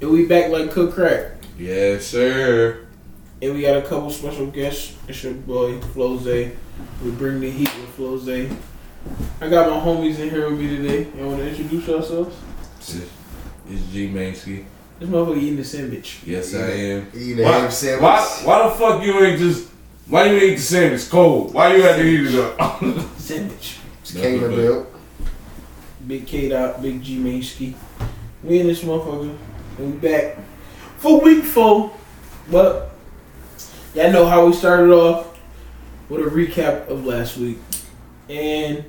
And we back like Cook Crack. Yes, sir. And we got a couple special guests. It's your boy Floze. We bring the heat with Floze. I got my homies in here with me today. Y'all want to introduce yourselves? It's, it's G Mansky. This motherfucker eating a sandwich. Yes, Yeah. I am. Eat a Why, ham sandwich. why, why the fuck you ain't just why you ain't the same? It's cold. Why you had to heat it up? Sandwich. Just came to milk. Big K dot, Big G Mainski. We in this motherfucker. And we back for week four. But y'all know how we started off with a recap of last week. And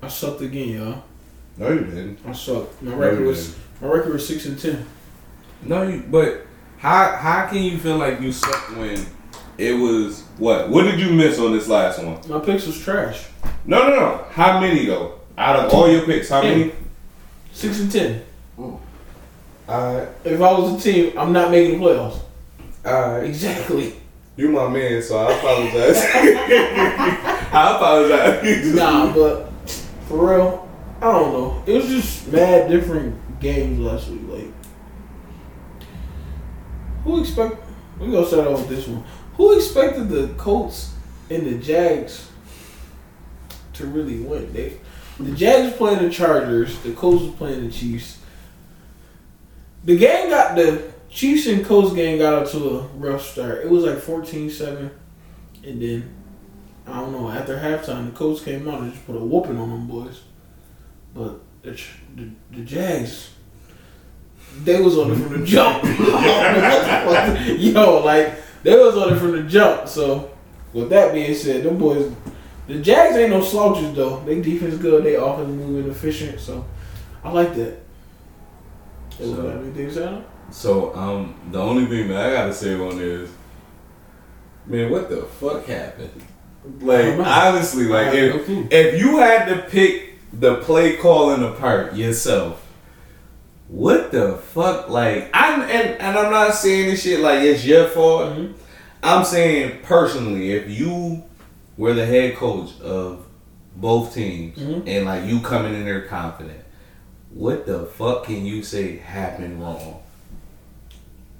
I sucked again, y'all. No, you didn't. I sucked. My No, record you was didn't. My record was six and ten. No, you. But how how can you feel like you sucked when it was what? What did you miss on this last one? My picks was trash. No, no, no. How many though? Out of all your picks, how many? Six and ten. Alright, If I was a team, I'm not making the playoffs. alright. Exactly. You my man, so I apologize. I apologize. nah, but for real, I don't know. It was just mad different games last week. Like, who expect? We gonna start off with this one. Who expected the Colts and the Jags to really win? They, the Jags playing the Chargers. The Colts was playing the Chiefs. The game got the Chiefs and Colts game got out to a rough start. It was like 14-7. and then I don't know. After halftime, the Colts came out and just put a whooping on them boys. But the Ch- the, the Jags, they was on it from the jump. What the fuck? Yo, like they was on it from the jump. So with that being said, them boys, the Jags ain't no slouches though. They defense good. They offense moving efficient. So I like that. Hey, what So- up, you think so? So um, the only thing that I gotta say on is, man, what the fuck happened? Like honestly, like I have no if clue. if you had to pick the play calling apart yourself, what the fuck? Like I'm and and I'm not saying this shit like it's your fault. Mhm. I'm saying personally, if you were the head coach of both teams Mhm. and like you coming in there confident, what the fuck can you say happened wrong?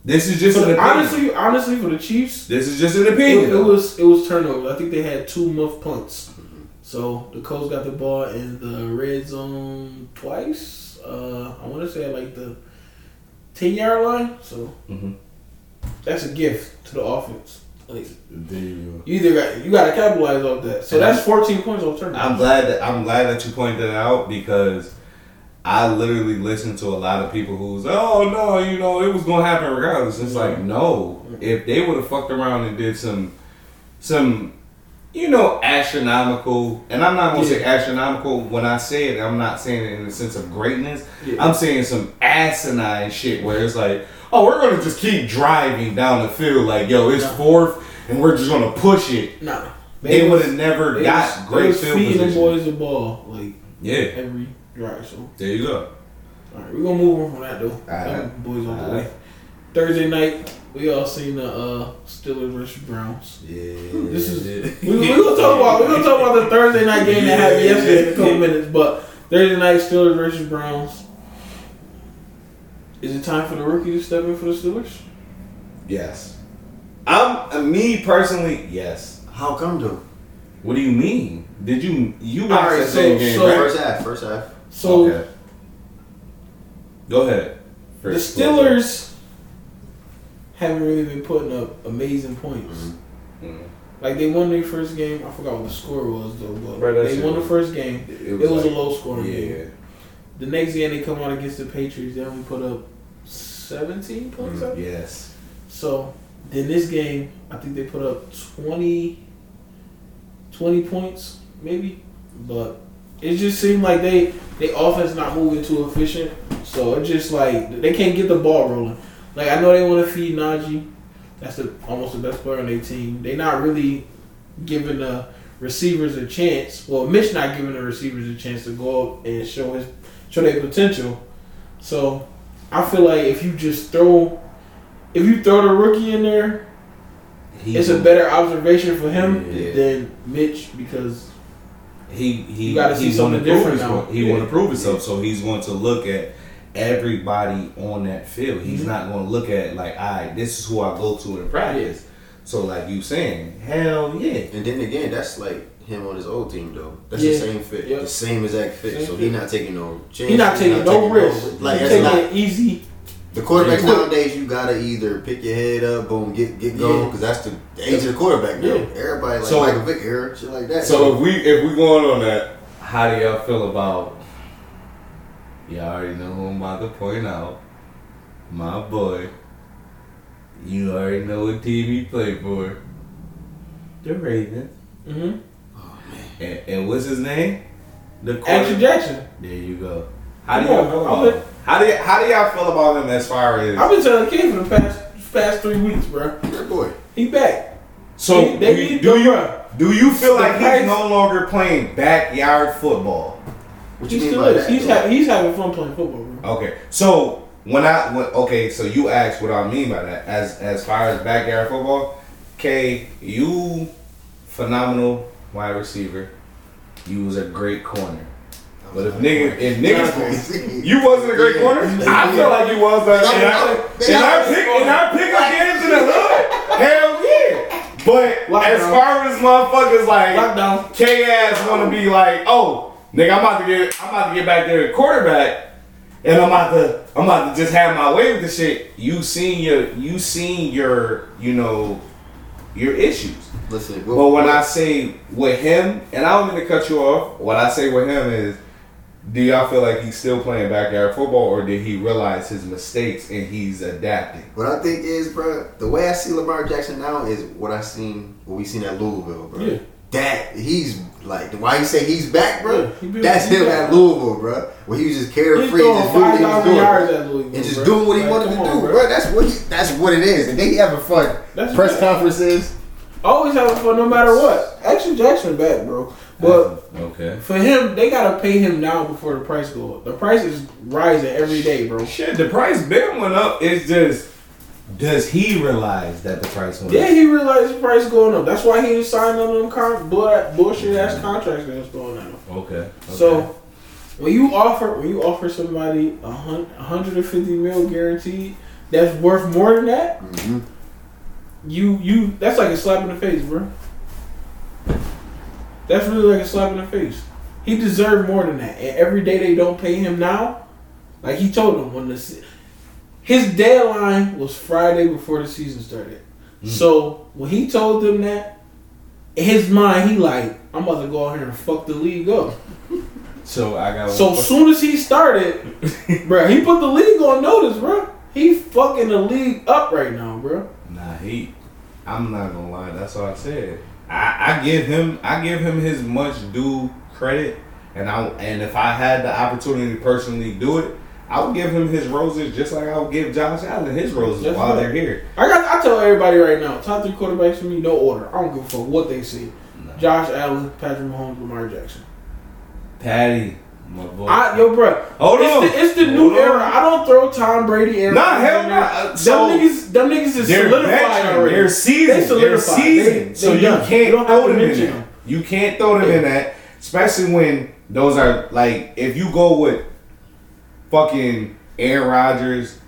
This is just For an the- opinion. honestly, honestly, for the Chiefs, this is just an It, opinion. it was it was turnovers. I think they had two muff punts. So the Colts got the ball in the red zone twice. Uh, I want to say at, like the ten yard line. So Mhm. that's a gift to the offense. Like There you you either got you got to capitalize off that. So that's fourteen points on go. turnovers. I'm glad that I'm glad that you pointed it out because I literally listened to a lot of people who's oh no, you know, it was gonna happen regardless. It's like no. If they would have fucked around and did some some you know, astronomical and I'm not gonna say astronomical when I say it, I'm not saying it in the sense of greatness. Yeah. I'm saying some asinine shit where it's like, oh, we're gonna just keep driving down the field like, yo, it's Yeah. fourth and we're just gonna push it nah, They would was- have never they got was- they great was field feeding position. the boys the ball like Yeah, every drive. So there you go. All right, we're gonna move on from that though. Alright. Them Boys on the Alright. way. Thursday night, we all seen the uh, Steelers versus Browns. Yeah, Hmm, This is we, we gonna talk about we gonna talk about the Thursday night game that happened yesterday in a couple minutes, but Thursday night Steelers versus Browns. Is it time for the rookie to step in for the Steelers? yes. I'm uh, me personally. Yes. How come though? What do you mean? Did you you watched Alright, the same so- game? so- right? First half, first half. So okay. Go ahead. the First, Steelers haven't really been putting up amazing points. Mhm. Like they won their first game. I forgot what the score was though, but Bro, that they shit won the was- first game. It was, like- a low scoring game. Yeah. The next game they come out against the Patriots, they only put up 17 points. I Mhm. think. Yes. So then this game, I think they put up 20, 20 points maybe, but it just seemed like they they offense not moving too efficient. So it's just like they can't get the ball rolling. Like I know they want to feed Najee, that's the almost the best player on their team. They not really giving the receivers a chance. Well, Mitch not giving the receivers a chance to go up and show his show their potential. So I feel like if you just throw if you throw the rookie in there, He, it's a better observation for him Yeah. than Mitch because He he You gotta see he wanna something prove different himself- now. He Yeah. want to prove himself, so he's going to look at everybody on that field. Mm-hmm. He's not going to look at like, I this is who I go to in practice. So like you saying, hell yeah. And then again, that's like him on his old team though. That's Yeah. the same fit, Yep. the same exact fit. Same so fit. he's not taking no chances. He not taking no risk. he Like that's taking not it easy. the quarterbacks Yeah. nowadays. You gotta either pick your head up, boom, get get going, Yeah. because that's the, the age of the quarterback. Now. Yeah. Everybody like So- Michael Vick era, shit like that. So if we if we going on that, How do y'all feel about? Y'all already know who I'm about to point out. My boy. You already know what team he played for. The Ravens. Mm-hmm. And, and what's his name? The quarter- Action Jackson. There you go. How do Come y'all on, feel I'm about with- him? How do y- how do y'all feel about him as far as I've been telling King for the past past three weeks, bro. Good boy. He back. so He- they do, you- need do the you run. do you feel The like he's price- no longer playing backyard football? What He you mean still by is. that? He's, though? ha- he's having fun playing football, bro. Okay, so when I when, okay, so you asked what I mean by that as as far as backyard football. K, you phenomenal wide receiver. You was a great corner, but if nigga if niggas you wasn't a great corner, I feel like you was. uh, Like, and I, and I pick and I pick up games in the hood. Hell yeah! But as far as motherfuckers like Lockdown. K ass want to be like, oh, nigga, I'm about to get, I'm about to get back there at quarterback, and I'm about to, I'm about to just have my way with the shit. You seen your, you seen your, you know, your issues. Listen, But when I say with him, and I don't mean to cut you off, what I say with him is, do y'all feel like he's still playing backyard football, or did he realize his mistakes and he's adapting? What I think is, bro, the way I see Lamar Jackson now is what I seen, what we seen at Louisville, bro. Yeah. That he's like, why you say he's back, bro? Yeah, he been- That's he him back. at Louisville, bro. Where he was just He's carefree, throwing just doing what he was 5,000 doing, yards bro. at Louisville, and just bro. doing what he Like, wanted to come on, do, bro. That's what he, that's what it is. And then he having fun. That's Press right. conferences. Always Oh, having fun no matter what. Action Jackson back, bro. But okay, for him, they gotta pay him now before the price go up. The price is rising every day, bro. shit, the price been went up. It's just, does he realize that the price went Yeah, he realized the price going up. That's why he was signing on them con- bull- bullshit ass contracts that was going on. Okay. So when you offer when you offer somebody a hun- a hundred and fifty mil guaranteed, that's worth more than that. Mm-hmm. You you that's like a slap in the face, bro. That's really like a slap in the face. He deserved more than that. And every day they don't pay him now, like he told them when the se- his deadline was Friday before the season started. So when he told them that, in his mind he like, I'm about to go out here and fuck the league up. so I got. So soon as he started, bro, he put the league on notice, bro. He fucking the league up right now, bro. Nah, he. I'm not gonna lie. That's what I said. I, I give him. I give him his much due credit, and I and if I had the opportunity to personally do it, I would give him his roses just like I would give Josh Allen his roses That's while right. they're here. I got. I tell everybody right now, top three quarterbacks for me, no order. I don't give a fuck what they see. Nah. Josh Allen, Patrick Mahomes, Lamar Jackson. Patty, my boy. I, yo, bro, Hold it's on. the, it's the new Hold on. era. I don't throw Tom Brady era. Nah, hell nah. Uh, Them so- niggas, them niggas is They're solidified veteran. already. They're seasoned. They solidified. They're seasoned. They- they so you done. can't You don't have throw to them in mention that. them. You can't throw them in that, especially when those are like if you go with fucking Aaron Rodgers,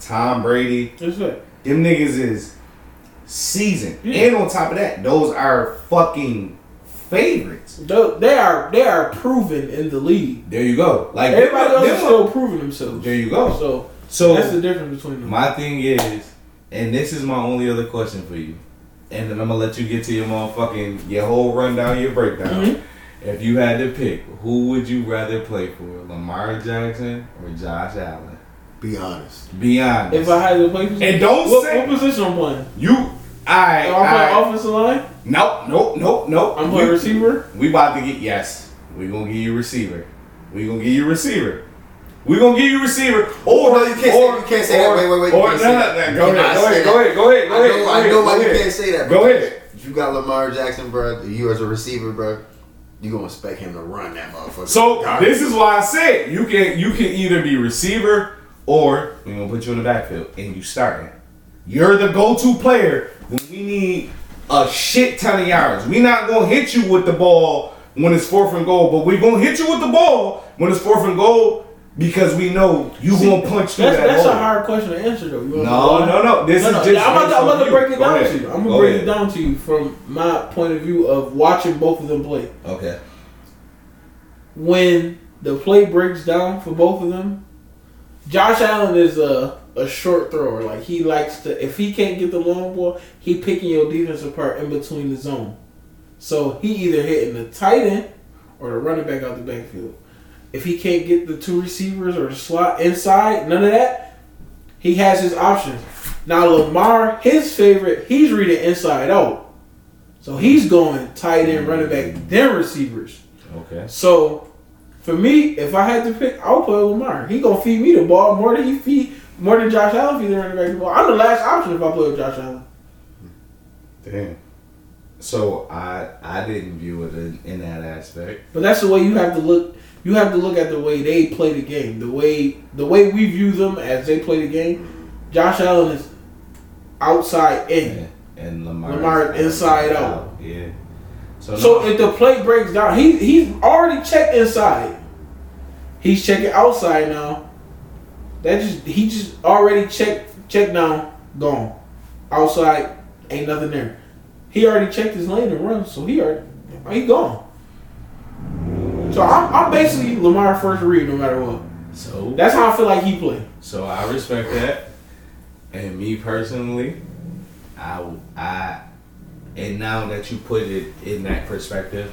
Tom Brady, That's it. them niggas is seasoned. Yeah. And on top of that, those are fucking favorites. They, they are they are proven in the league. There you go. Like them- Everybody else them- is still proving themselves. There you go. So, So that's the difference between them. My thing is, and this is my only other question for you, and then I'm gonna let you get to your motherfucking your whole rundown, your breakdown. Mhm. If you had to pick, who would you rather play for, Lamar Jackson or Josh Allen? Be honest. Be honest. If I had to play position, And don't what, say- what position I'm playing. you, I, If I'm playing I, offensive line, nope, nope, nope, nope. I'm playing We- receiver. We about to get yes. We gonna give you receiver. We gonna give you receiver. We gonna give you receiver. Or Oh, no, you can't say- or, you can't say that. or- Wait, wait, wait, you Or, can't no, say no, that. no, Go You cannot ahead. Go say ahead. that. Go ahead. Go ahead. I Go ahead. know, I know go why you ahead. can't say that. Go bro. ahead. If you got Lamar Jackson, bro, you as a receiver, bro, you gonna expect him to run that motherfucker. So All right. this is why I said you can you can either be receiver or we're gonna put you in the backfield and you starting. You're the go-to player when we need a shit ton of yards. we not gonna hit you with the ball when it's fourth and goal, but we gonna hit you with the ball when it's fourth and goal Because we know you See, won't punch through That's, that that's hole. a hard question to answer, though. You wanna know no, why? no, no. This No, no, is just. I'm about to, I'm about to break it Go down ahead. to you. I'm gonna Go break it ahead. down to you from my point of view of watching both of them play. Okay. When the play breaks down for both of them, Josh Allen is a a short thrower. Like he likes to. If he can't get the long ball, he picking your defense apart in between the zone. So he either hitting the tight end or the running back out the backfield. If he can't get the two receivers or the slot inside, none of that, he has his options. Now Lamar, his favorite, he's reading inside out. So he's going tight end, running back, then receivers. Okay. So for me, if I had to pick, I'll play Lamar. He gonna feed me the ball more than he feed more than Josh Allen feed the running back the ball. I'm the last option if I play with Josh Allen. Damn. So I I didn't view it in, in that aspect. But that's the way you have to look. You have to look at the way they play the game, the way the way we view them as they play the game. Josh Allen is outside in. Yeah. And Lamar. Lamar inside out. Yeah. So, So no, if the play breaks down, he he's already checked inside. He's checking outside now. That just he just already checked checked down, gone. Outside, ain't nothing there. He already checked his lane and run, so he already he gone. So I'm, I'm basically Lamar first read no matter what. so That's how I feel like he play. So I respect that. And me personally, I I and now that you put it in that perspective,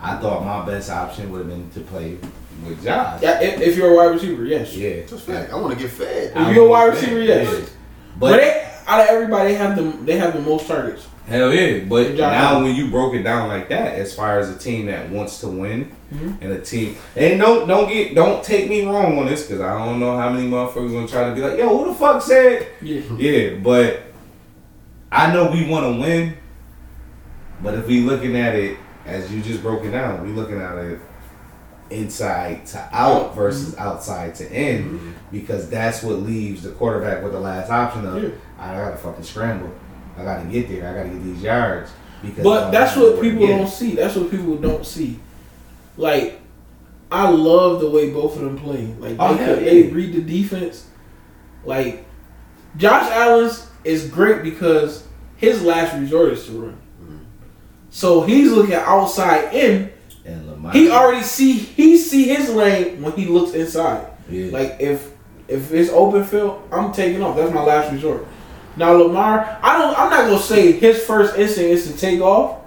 I thought my best option would have been to play with Josh. Yeah, if, if you're a wide receiver, yes. Yeah. It's a fact. I want to get fed. If you're a wide receiver, yes. Yeah. But, But they, out of everybody, they have the they have the most targets. hell yeah. But Josh. now when you broke it down like that, as far as a team that wants to win Mhm. and a team and don't don't get don't take me wrong on this because I don't know how many motherfuckers gonna try to be like, yo, who the fuck said Yeah. Yeah, but I know we want to win. But if we looking at it as you just broke it down, we looking at it inside to out versus outside to in Mm-hmm. because that's what leaves the quarterback with the last option of Yeah. I gotta fucking scramble, I gotta get there, I gotta get these yards. Because I But don't that's know what where to people get it. don't see. That's what people don't see. Like, I love the way both of them play. Like Oh, they, hell could- they yeah. read the defense. Like Josh Allen's is great because his last resort is to run. Mm-hmm. So he's looking outside in. And Lamar, He already see he see his lane when he looks inside. yeah. Like if if it's open field, I'm taking off. That's my last resort. Now Lamar, I don't. I'm not gonna say his first instinct is to take off,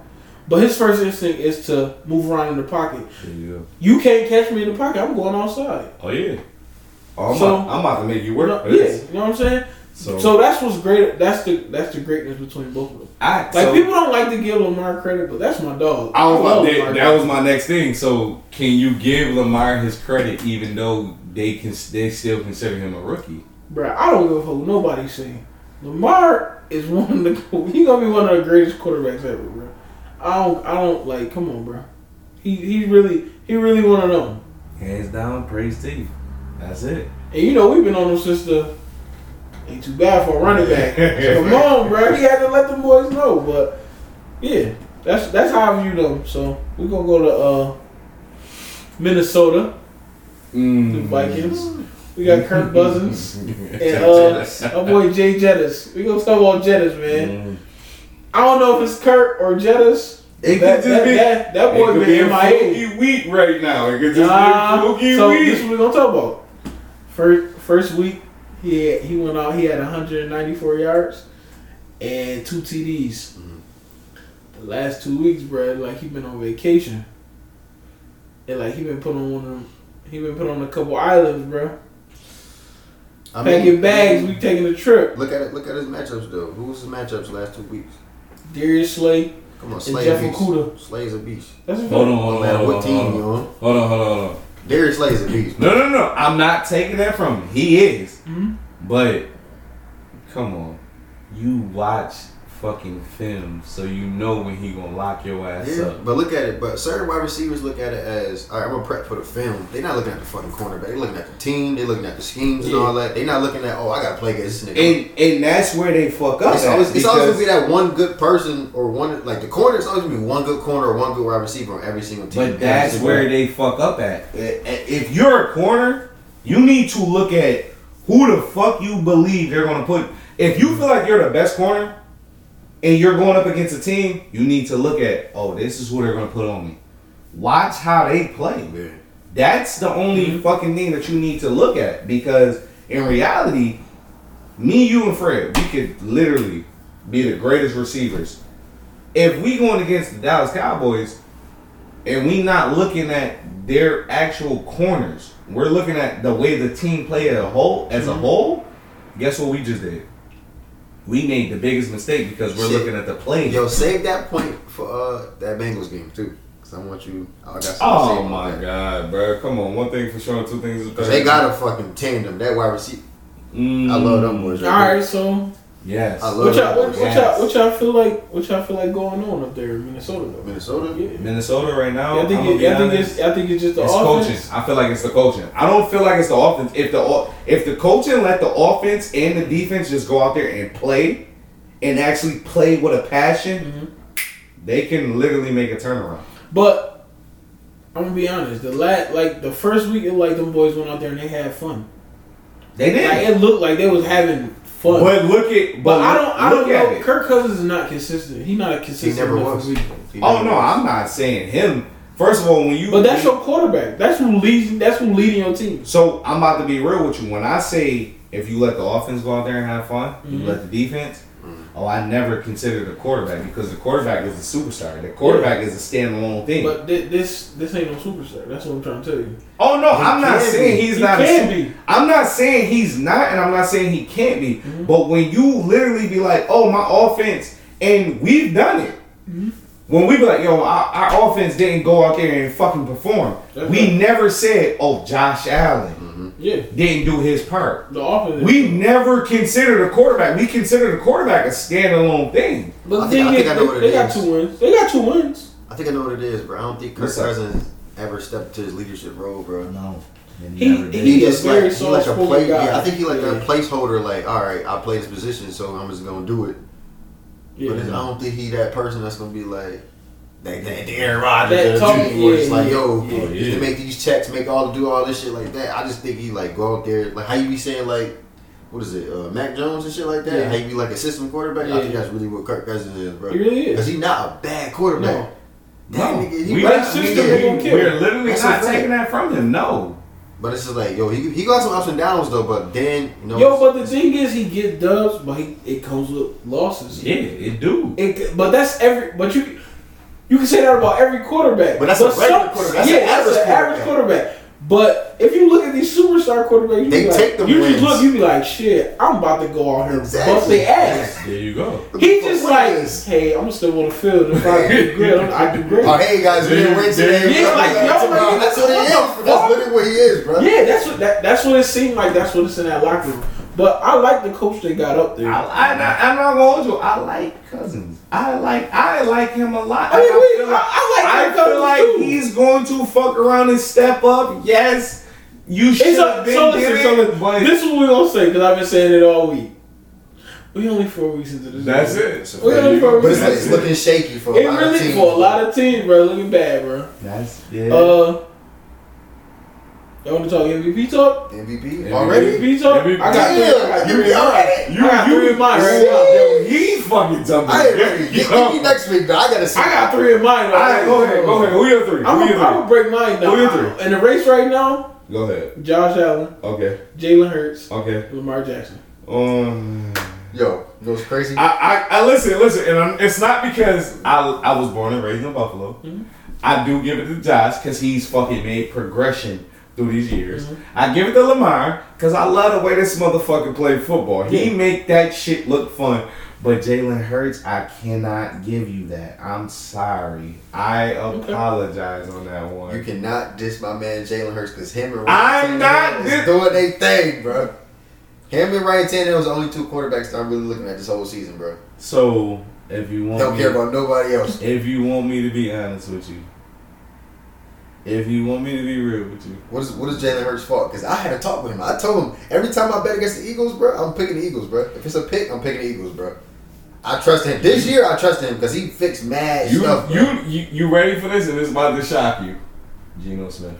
but his first instinct is to move around in the pocket. There you go. You can't catch me in the pocket. I'm going outside. oh yeah. Oh, I'm, So- about, I'm about to make you You work. know, for yeah, this. you know what I'm saying. So, So that's what's great. That's the that's the greatness between both of them. I Like so- people don't like to give Lamar credit, but that's my dog. I was about, love that, Lamar. that was my next thing. So, can you give Lamar his credit, even though they can they still consider him a rookie? Bruh, I don't give a fuck what nobody saying. Lamar is one of the he gonna be one of the greatest quarterbacks ever, bro. I don't I don't like come on, bro. He he really he really one of them. Hands down, praise to you. That's it. And you know we've been on him since the ain't too bad for a running back. come on, bro. He had to let the boys know, but yeah, that's that's how I view them. So we gonna go to uh Minnesota, the Mm. Vikings. We got Kirk Cousins and uh, my boy Jay Jettis. We gonna start on Jettis, man. Mm. I don't know if it's Kurt or Jettis. It That, could that, just be. It that, that boy could be been a in my head. fluky week right now. It could just Nah, be a fluky so this week. is what we gonna talk about. First first week, he had, he went out. He had 194 yards and two TDs. The last two weeks, bro, like he been on vacation, and like he been put on one of them. He been put on a couple islands, bro. I Packing bags. We taking a trip. Look at it. Look at his matchups though. Who was his matchups last two weeks? Darius Slay Come on, and Slay a Jeff beast. Okuda. Slay's a beast. That's a Hold on, No hold on, matter hold on, what team hold on, you're on, hold on, hold on, hold on. Darius Slay's a beast. No, no, no. I'm not taking that from him. He is, Mhm. but come on, you watch fucking film, so you know when he gonna lock your ass Yeah, up. but look at it. But certain wide receivers look at it as, all right, I'm gonna prep for the film. They're not looking at the fucking cornerback. They're looking at the team. They're looking at the schemes Yeah. and all that. They're not looking at, oh, I gotta play against this nigga. And and that's where they fuck up. it's at, always, it's always because- gonna be that one good person or one like the corner. It's always gonna be one good corner or one good wide receiver on every single team. but that's Every where single- they fuck up at. I- I- If you're a corner, You need to look at who the fuck you believe they're going to put. If you feel like you're the best corner and you're going up against a team, you need to look at, oh, this is who they're going to put on me. Watch how they play. Yeah. That's the only fucking thing that you need to look at because in reality, me, you, and Fred, we could literally be the greatest receivers. If we going against the Dallas Cowboys and we not looking at their actual corners, we're looking at the way the team play as a whole. As a whole, guess what we just did? We made the biggest mistake because we're Shit. looking at the play. Yo, save that point for uh, that Bengals game too, because I want you. I got something to say oh about my that. god, bro. Come on, one thing for sure, two things for 'Cause They got a fucking tandem. That wide receiver. Mm. I love them boys. All Right there. right, so Yes. I love What y'all, what, what, Yes. y'all, what y'all feel like? What y'all feel like going on up there in Minnesota? Though? Minnesota. Yeah. Minnesota right now. I think, I'ma it, be I think honest, it's I think it's just the it's offense. coaching. I feel like it's the coaching. I don't feel like it's the offense. If the o- if the coaching let the offense and the defense just go out there and play, and actually play with a passion, Mm-hmm. they can literally make a turnaround. But I'm gonna be honest. The lat like the first week, it like them boys went out there and they had fun. They did. Like it looked like they was having fun. But, but look at but, I don't I don't look at know. it. Kirk Cousins is not consistent. He's not a He consistent. never enough was. week. He never Oh no, was. I'm not saying him. First of all, when you But that's your quarterback. That's who leads. That's who leading your team. So I'm about to be real with you. When I say if you let the offense go out there and have fun, you Mhm. let the defense. Oh, I never considered the quarterback because the quarterback is the superstar. The quarterback is a standalone thing. But thi- this this ain't no superstar. That's what I'm trying to tell you. oh no, I'm not can saying be. he's He not. a can su- be. I'm not saying he's not, and I'm not saying he can't be. Mm-hmm. But when you literally be like, "Oh, my offense," and we've done it. Mm-hmm. When we be like, "Yo, our, our offense didn't go out there and fucking perform," That's we right. never said, "Oh, Josh Allen Yeah, didn't do his part." the offense. We never consider the quarterback. We consider the quarterback a standalone thing. But I the think- thing I is, think I know they, what it they got is. two wins. They got two wins. I think I know what it is, bro. I don't think Kirk What's up? Cousins ever stepped to his leadership role, bro. No, He- never did. He He's a just very like he like a soft-spoken play. guy. Yeah, I think he like Yeah. a placeholder. Like, all right, I play this position, so I'm just gonna do it. Yeah. But I don't think he that person that's gonna be like that, that the Aaron Rodgers That that talk- where it's yeah, like, yeah, yo, Oh, yeah. you need to make these checks, make all do all this shit like that. I just think he like go out there like how you be saying like what is it, uh, Mac Jones and shit like that? Yeah. How you be like a system quarterback? Yeah. I think that's really what Kirk Cousins is, bro. He really is. Cause he not a bad quarterback. That No, nigga, he we right not, system, we, they gonna kill we're him. literally That's not a fact. taking that from him. No, But it's just like, yo, he he got some ups and downs though. But then, you know, Yo, but the thing is, he get dubs, but he, it comes with losses. yeah, it do. It, but that's every. But you, you can say that about every quarterback. But that's a regular quarterback. That's yeah, an that's average an average quarterback. But if you look at these superstar quarterbacks, you They be like, take them You wins. just look, you be like, shit, I'm about to go out here and Exactly. bust their ass. There you go. He just What like, is- hey, I'm still on the field. If I do great, I'm- I do great. oh hey guys, we didn't win today. Yeah, bro. like, yo, Tomorrow. like, that's what he is. what the That's literally what he is, bro. Yeah, that's what that, that's what it seemed like. That's what it's in that locker room. But I like the coach they got up I, there. I, am not gonna hold you. I like Cousins. I like I like him a lot. I mean, I Oh, we, feel like, I, I I like. feel like Cousins, too. he's going to fuck around and step up. Yes, you should It's have a, been so there, listen, so listen, but this is what we're gonna say because I've been saying it all week. We only four weeks into this. That's year. it. We only four But weeks. it's, like, it's into looking shaky for a It lot of really teams. for a lot of teams, bro. Looking bad, bro. that's yeah. Uh, y'all want to talk MVP talk? MVP MVP. already. MVP talk? MVP. I got three. I got Damn, you three. be already. I got three in mine right now. Yo, he fucking dumb. I ain't ready. Give give me next week, but I gotta see. I got three in mine. All right, Right go ahead, go ahead. Who your three? I'm Who your gonna three? break mine Who you now. three? In the race right now, Go ahead. Josh Allen, Okay, Jalen Hurts, okay. Lamar Jackson. Um, Yo, you know what's crazy? I, I, I listen, listen, and I'm, it's not because I, I was born and raised in Buffalo. Mm-hmm. I do give it to Josh because he's fucking made progression through these years. Mm-hmm. I give it to Lamar because I love the way this motherfucker play football. He make that shit look fun. But Jalen Hurts, I cannot give you that. I'm sorry. I apologize on that one. you cannot diss my man Jalen Hurts because him and I'm not Tannehill is diss- doing their thing, bro. Him and Ryan Tannehill is the only two quarterbacks that I'm really looking at this whole season, bro. so if you want, Don't me, care about nobody else. if you want me to be honest with you, if you want me to be real with you, What is what is Jalen Hurts' fault? Because I had a talk with him. I told him every time I bet against the Eagles, bro, I'm picking the Eagles, bro. If it's a pick, I'm picking the Eagles, bro. I trust him. This year, I trust him because he fixed mad You, stuff. bro. you, you, you ready for this? And it's about to shock you, Geno Smith.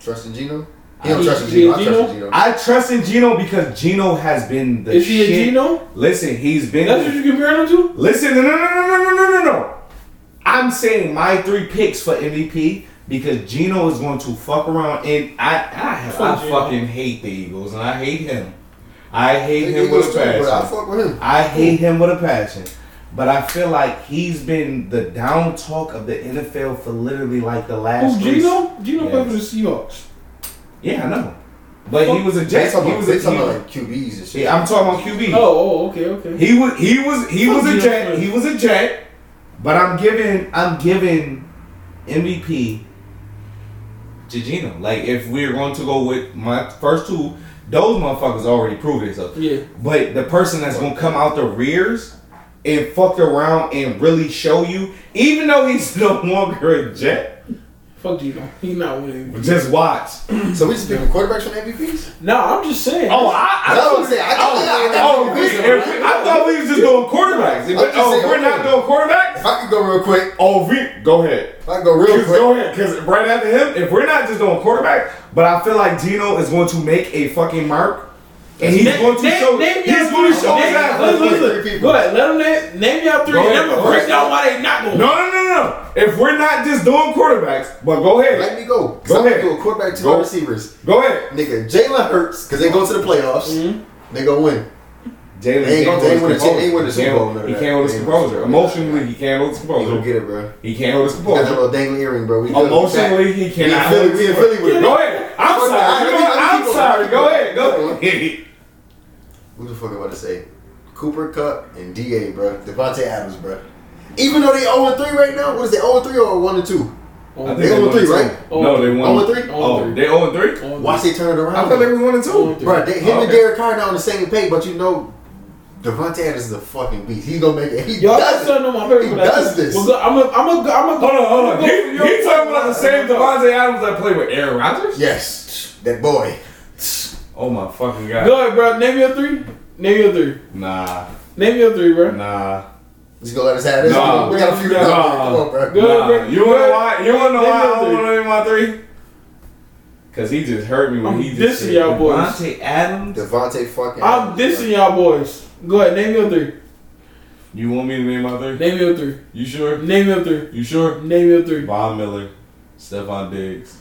trusting Gino? He don't He- trust in he- Gino. I Geno? trust in Gino. I trust in Gino because Gino has been the Is he shit. a Geno? Listen, he's been. That's what you comparing him to? Listen, no, no, no, no, no, no, no, no. I'm saying my three picks for MVP because Gino is going to fuck around, and I, I, Fuck I Geno. fucking hate the Eagles, and I hate him. I hate him Eagles with a too, but I passion. fuck with him. I hate him with a passion. But I feel like he's been the down talk of the NFL for literally like the last. Who, three- Gino? Gino played for the Yes. Seahawks. Yeah, I know. But he was a They Jet. He talking was about, they a. talking he- about like QBs and shit. yeah, I'm talking about QB. Oh, oh, okay, okay. He was he was he was a jet. He was a jet. But I'm giving I'm giving MVP to Gino. Like if we're going to go with my first two, those motherfuckers already proved themselves. Yeah. But the person that's gonna come out the rears and fuck around and really show you, even though he's no longer a jet, Fuck Gino. He not winning. just watch. So we just picking quarterbacks from MVPs? No, I'm just saying. Oh, I, I That's what I'm saying. I thought- I thought oh, oh, we were we- missing if one. we- I thought we was just doing quarterbacks. If- just oh, saying, we're not okay. doing quarterbacks. If I could go real quick, Oh, we go ahead. if I could go real Just quick. go ahead, because right after him, if we're not just doing quarterback, but I feel like Gino is going to make a fucking mark, and he's Name- going to name- show. name he's y'all- going to show name- his ass. Listen, No, Three listen. people. Go ahead. Let them name, name y'all three. Go and ahead. I'm gonna Go break ahead. down why they not going. no, no, no. If we're not just doing quarterbacks, but go Let ahead, me go. Cause Go I'm gonna ahead. do a quarterback to Go. my receivers. go ahead. Nigga, Jalen Hurts, because they go to the playoffs. Mm-hmm. They gonna win. Jalen They hold his ain't gonna- they ain't gonna- they ain't composure. gonna He can't- Super Bowl, none of He that. can't hold his They ain't composure. gonna Super Bowl. Emotionally, he can't hold his You gonna composure. get it, bro. He can't hold his You got that composure. little dangling earring, bro. We good. Oh, Emotionally, he We in cannot. Philly, hold we in his- Philly with it. Go ahead. I'm Fuck that. sorry. You know Let me- what? let me I'm keep going. sorry. Go ahead. Go ahead. What the fuck am I about to say? Cooper Cup and DA, bro. Devontae Adams, bro. Even though they 0 3 right now, what is it, 0 3 or 1 2? Oh, They won 0-3, two. right? No, they won. 0-3? Oh, they 0 3? oh, Watch they turn it around. I thought they was 1 and 2. Bro, they, him Oh, Okay. and Derek Carr now on the same page, but you know, Devontae Adams is a fucking beast. He gonna make it. He Y'all does just it. don't know my favorite. He player. does this. Well, go- I'm a, I'm a, I'm a. Hold on, hold on. I'm a- He, he talking about the same Devontae Adams that played with Aaron Rodgers? Yes, that boy. Oh my fucking god. Go ahead, bro. Name your three. Name your three. Nah, Name your three, bro. nah. Just gonna let us have this. Nah. we got a few to go. Nah. Come on, bro. Good. nah. bro. You wanna know why? You wanna know They why I know don't three. wanna name my three? Cause he just hurt me when I'm he just dissing said y'all boys. Devontae Adams. Devontae fucking. I'm dissing y'all boys. Go ahead. Name your three. You want me to name my three? Name your three. You sure? Name your three. You sure? Name your three. Von Miller, Stephon Diggs,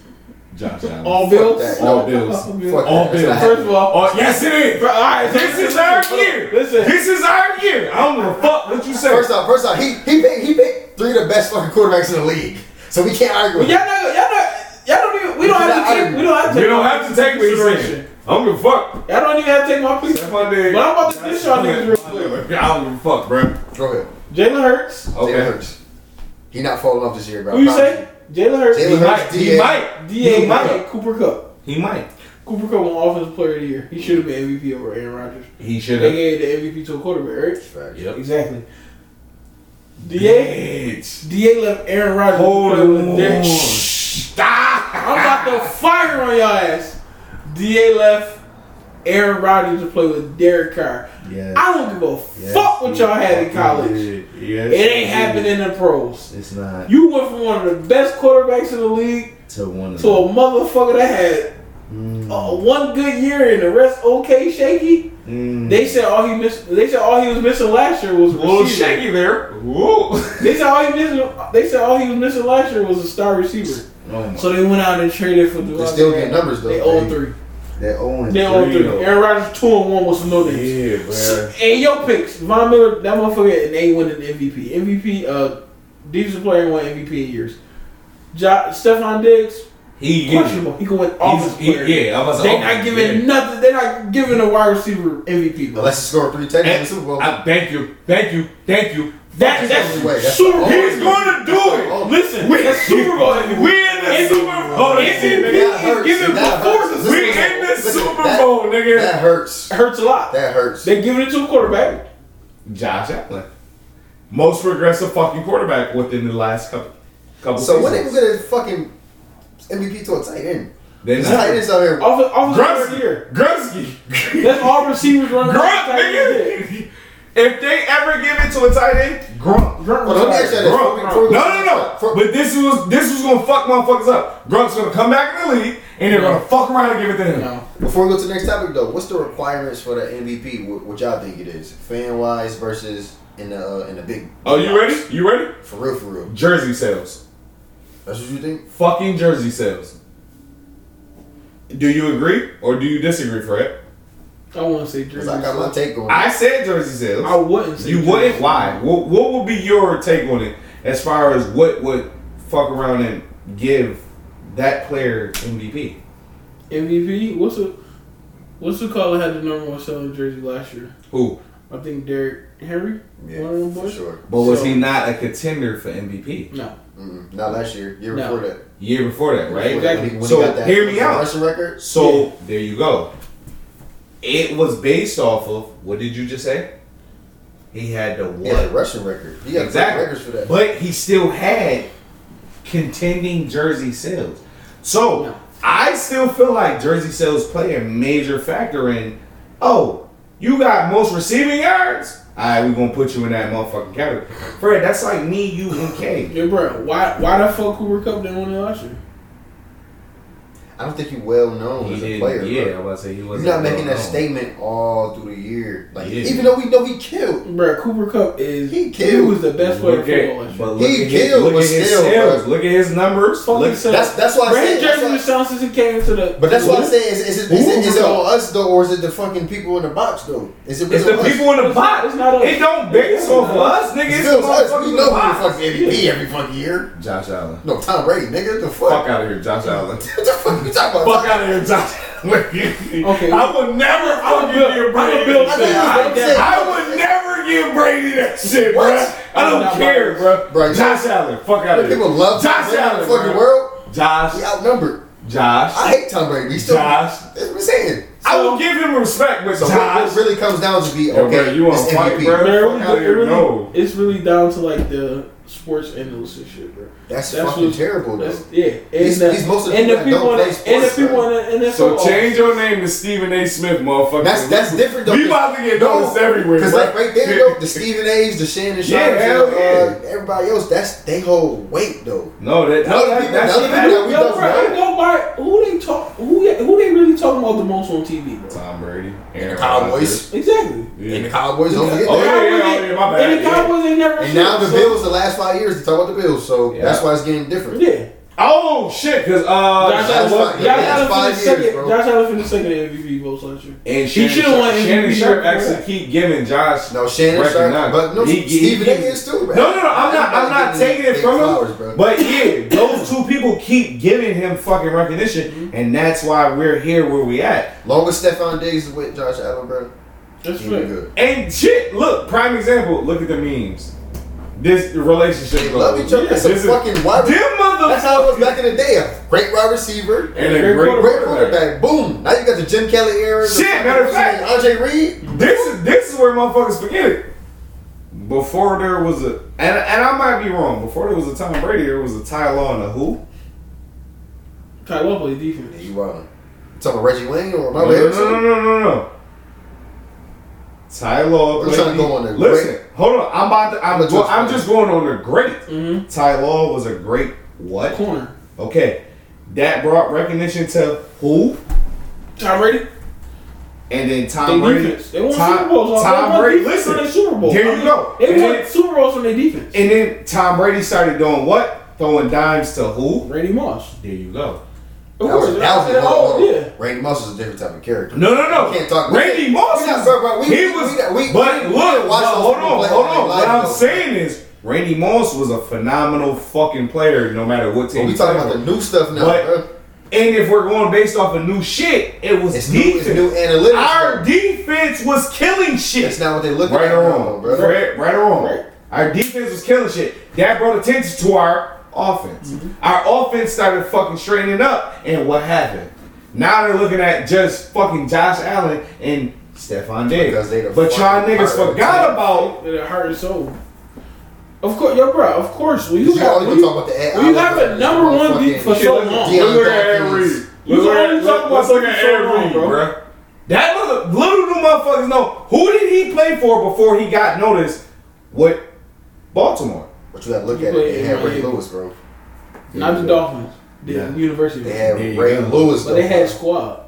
Josh Allen. All bills. that. All bills. All Fuck bills. All that. That's Bills. not First of happening. all, Oh yes it is! bro, all right. This listen, is our listen, year. Listen. This is our year. I don't give a fuck what you say. First off, first off, he he picked he picked three of the best fucking quarterbacks in the league, so we can't argue. Well, with y'all not, him. y'all not, y'all don't even. We don't have to take. We don't have to. you take don't my have to take what he's saying. I don't give a fuck. Y'all don't even have to take my piece. That's my day. But I'm about to dish y'all niggas real quick. I don't give a fuck, bro. Go ahead. Jalen Hurts. Jalen Okay. Hurts. He not falling off this year, bro. Who you say? Jalen Hurts. He Jalen might. Hurts, He DA. might. Da He might. Mike Cooper Cup. He might. Cooper Cup won Offensive Player of the Year. He should have been MVP over Aaron Rodgers. He should They have. gave the MVP to a quarterback, right? Facts. Yep. Exactly. Da Bitch. Da left Aaron Rodgers. to Hold play with on. Derek- Stop. I'm about to fire on y'all ass. Da left Aaron Rodgers to play with Derek Carr. Yes. I don't give a fuck what y'all had in college. Yes. It ain't happening in the pros. It's not You went from one of the best quarterbacks in the league to one of to a motherfucker that had Mm. uh, one good year and the rest okay shaky. Mm. They said all he missed. They said all he was missing last year was a little receiver. shaky there. Whoa. They said all he missing. They said all he was missing last year was a star receiver. Oh my. So they went out and traded for. They still get numbers though. They own three. They own. They own three. though. Aaron Rodgers two and one with some no names. Yeah, So- bro. And your picks, Von Miller, that motherfucker, and they winning the MVP. MVP, uh, defensive player won MVP in years. Jo- Stephon Diggs, He getting. questionable. He can win He's, offensive he, player. yeah, I was They're not giving nothing. They're not giving a wide receiver MVP. Bro. Unless you score three touchdowns in the Super Bowl. I thank you, thank you, thank you. That, Fuck that's the way. That's Super the Bowl. only He's gonna do it. Listen, that's Super Bowl MVP. We in the Super Bowl. MVP MVP. That hurts. is giving That performances. hurts. We Listen, in the listen, Super that- Bowl, nigga. That hurts. Hurts a lot. That hurts. They're giving it to a quarterback. Josh Allen, most progressive fucking quarterback within the last couple couple. So when they seasons. was gonna fucking MVP to a tight end? They're These not. tight ends out here. Off off the year. Grusky, Grusky, That's all receivers running. Grunt, back tight end did. nigga. If they ever give it to a tight end, Grunt. Grunt Well, let me ask you this. Grunt. Before we- before No, we no, go to- no. for- But this was this was gonna fuck motherfuckers up. Grunt's gonna come back in the league and they're gonna fuck around and give it to him. No. Before we go to the next topic, though, what's the requirements for the MVP? What, what y'all think it is? Fan wise versus in the uh, in the big. Oh, you ready? You ready? For real, for real. Jersey sales. That's what you think? Fucking jersey sales. Do you agree or do you disagree, Fred? I wouldn't say Drew. Because I got my take on it. I said jersey sales. I wouldn't say You Drew. wouldn't? Why? What, what would be your take on it as far as what would fuck around and give that player MVP? MVP. What's the What's the call that had the number one selling jersey last year? Who? I think Derrick Henry. Yeah, One of them for boys? sure. But was So- he not a contender for MVP? No. Mm-mm. Not last year. Year No. before that. Year before that, right? Exactly. So, hear me out. Russian record. So there you go. It was based off of what did you just say? He had the He had what? a Russian record. He got Exactly. records for that. But he still had contending jersey sales. So No. I still feel like jersey sales play a major factor in. Oh, you got most receiving yards. All right, we're gonna put you in that motherfucking category, Fred. That's like me, you, and K. Yo, bro, why why the fuck Cooper Cup didn't win it last year? I don't think he well known He as a didn't- player. yeah, I bro. was about to say he You're wasn't. not well making that known. statement all through the year. Like Yeah. even though we know he killed. Bro, Cooper Cup is He killed. was the best player Look in football at, last year. but He look at his, killed, look but at his still, sales. bro. Look at his numbers. Fucking Look, suck. That's that's why I Brandon said. That's Jeremy why, sound since he came to the. but that's why I What? said. Is, is, it, is, it, is it Who? on us though, or is it the fucking people in the box though? Is it it's really the us? people in the box. It's not us. It don't base off of us, nigga. It's It's the still us. We motherfuckers in know the who the box. fucking MVP every fucking year. Josh Allen. No, Tom Brady, nigga. The Fuck fuck. out of here, Josh Allen. What the fuck you talking about? Fuck out of here, Josh. okay. I would never I'm a fucking Bill- give I'm a Brady. Bill that fan. shit. I I, like that. I would never give Brady that shit, What? bruh. I I'm don't not care, bruh. Bro, you- Josh Allen. Fuck out of here. People love Tom Josh Brady in the Allen, fucking bruh. world. He Josh. outnumbered. Josh. I hate Tom Brady. but He still. Josh. That's what I'm saying. I will give him respect, but So what Josh. it really comes down to be Yo, okay. bro, you wanna it's fight, MVP. bro? Bro, Fuck outta it here, really- no. It's really down to like the sports analysts and shit, bro. That's, That's fucking what- terrible, though. That's, yeah, and These- the, these most of the and the people that people, don't in play the, and the sports, people bro. in the NFL. So office. change your name to Stephen A. Smith, motherfucker. That's that's different though. We about to get noticed everywhere, Because bro. like right there, though, the Stephen A's, the Shannon Sharps, Yeah, hell and, uh, yeah. everybody else, that's they hold weight though. No, that, no, Other that, people- that's other that. people- Yo, bro, I go by who they talk, who who they really talking about the most on TV, bro. Tom Brady. And Aaron the Cowboys. Exactly. Rodgers. And the Yeah. Cowboys don't get Oh, yeah, there. yeah, yeah, my bad, And the yeah. Cowboys ain't never. And shit, now the so- Bills, the last five years, to talk about the Bills, so Yeah. that's why it's getting different. Yeah. Oh, shit, because uh, Josh that's Allen fine. Josh Yeah, that's Allen five finished second. years, bro. Josh Allen finished second in MVP votes last year. and He Shannon, should've Sharp- won MVP Shannon Sharp for actually that. keep giving Josh. No, Shannon Recognize. Sharp, but no, He- he- Stephen he- A is too. No, man. no, no. I'm not. I'm not Everybody taking it getting from flowers, him. bro. But yeah, those two people keep giving him fucking Mm-hmm. recognition, and that's why we're here where we at. Long as Stephon Diggs is with Josh Allen, bro, That's he fair. good. And shit, look, prime example. Look at the memes. This relationship. They love goes- each other. That's a This is- fucking wide. Them That's how it was motherfuckers. back in the day. A great wide receiver, And a great Great quarterback. quarterback. Boom. Now you got the Jim Kelly era. the Shit, fucking- matter of fact. Andre Reed. This is this is where motherfuckers forget it. Before there was a and and I might be wrong. Before there was a Tom Brady, there was a Ty Law and a who? Ty Law plays Yeah, defense. you wildin'. Talking about Reggie Wayne or my No, no, no, no, no, no, no. Ty Law. We're played trying to the- go on the Listen, great. hold on. I'm about to. I'm, Let's go, just- I'm just going on the great. Mm-hmm. Ty Law was a great what? Corner. Okay, that brought recognition to who? Tom Brady. And then They Tom Brady. defense. They won Tom- Super Bowls. Tom Tom Brady- Brady. Listen, listen, their Super Bowl. there you I mean, go. They And won then- Super Bowls from their defense. And then Tom Brady started doing what? Throwing dimes to who? Randy Moss. There you go. Of That was, course. that was I said, hold on, oh, hold on. yeah. Randy Moss is a different type of character. No, no, no. We can't talk- we Randy can't- Moss. we not- is- bro, bro, we- he we- was. we not- we- but we- we look, didn't watch but those hold on, people play hold all on. their What life, I'm though. saying is, Randy Moss was a phenomenal fucking player, no matter what team. We he talking played about the for. new stuff now, But- bro. And if we're going based off of new shit, it was It's new, defense. it's new analytics. Our bro. defense was killing shit. That's not what they look right at or now, wrong, bro. Right, right or wrong. Right. Our defense was killing shit. That brought attention to our offense. Mm-hmm. Our offense started fucking straightening up, and what happened? Now they're looking at just fucking Josh Allen and Stephon Diggs. Because they the but y'all niggas fucking part of the forgot team. about. They're heart and soul. Of course, yo, bro. Of course, when you You have always when been you, talking about the when you have a number one beat for so Look at- long, Yeah. look at Ed Dawkins. Reed. You Look only at- talk about look- look at something Ed so long, Reed, bro. bruh. That mother, little do motherfuckers know who did he play for before he got noticed with Baltimore. But you gotta look You at play it. They had Aaron Ray Rodgers. Lewis, bro. not the Dolphins. the Yeah. university. They had There you Ray go. Lewis. but they though. had squad.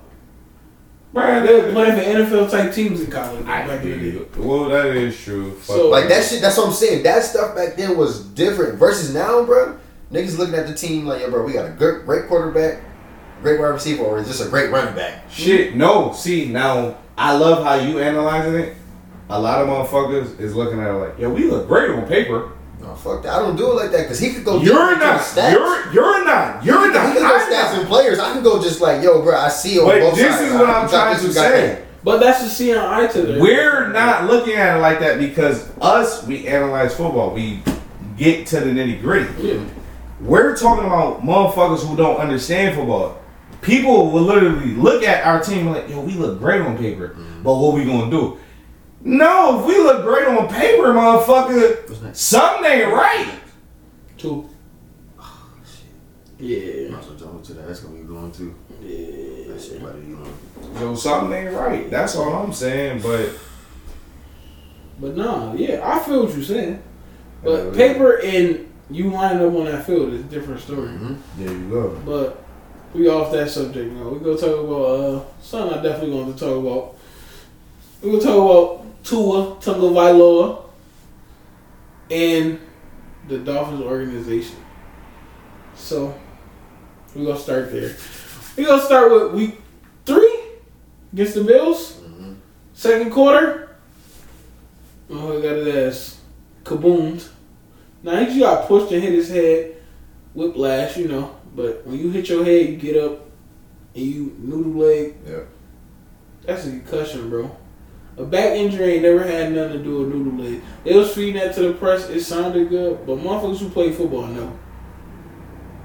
Man, They were that, playing for NFL type teams in college I, back in the day. well, that is true. Fuck So- like that shit. That's what I'm saying. That stuff back then was different versus now, bro. Niggas looking at the team like, yo, bro, we got a good, great quarterback, great wide receiver, or just a great running back. Shit, no. See, now I love how you analyzing it. A lot of motherfuckers is looking at it like, yeah, we look great on paper. No, fuck that. I don't do it like that because he could go. You're deep into the not. stats. You're you're not. You're I not. can go I'm stats not. and players. I can go just like, yo, bro, I see on But both this sides. is what I- I'm you got trying this, to you got say. that. But that's the CNI today. We're not looking at it like that because us, we analyze football. We get to the nitty gritty. Yeah. We're talking about motherfuckers who don't understand football. People will literally look at our team like, yo, we look great on paper, but what we gonna do? No, if we look great on paper, motherfucker, something ain't right. Two. Yeah. Might as well jump into that. That's gonna be going too. Yeah. That's about to be going. So something ain't right. That's all I'm saying. But But nah, yeah, I feel what you're saying. Yeah, But we- paper and you line up on that field is a different story. there you go. But we off that subject now. We gonna talk about uh something I definitely going to talk about. We gonna talk about Tua Tagovailoa and the Dolphins organization. So we gonna start there. We gonna start with week three against the Bills. Second quarter. Oh, he got his ass kaboomed. Now he just got pushed and hit his head whiplash, you know. But when you hit your head, you get up and you noodle leg. Yeah. That's a concussion, bro. A back injury ain't never had nothing to do with noodle leg. They was feeding that to the press. It sounded good, but motherfuckers who play football know.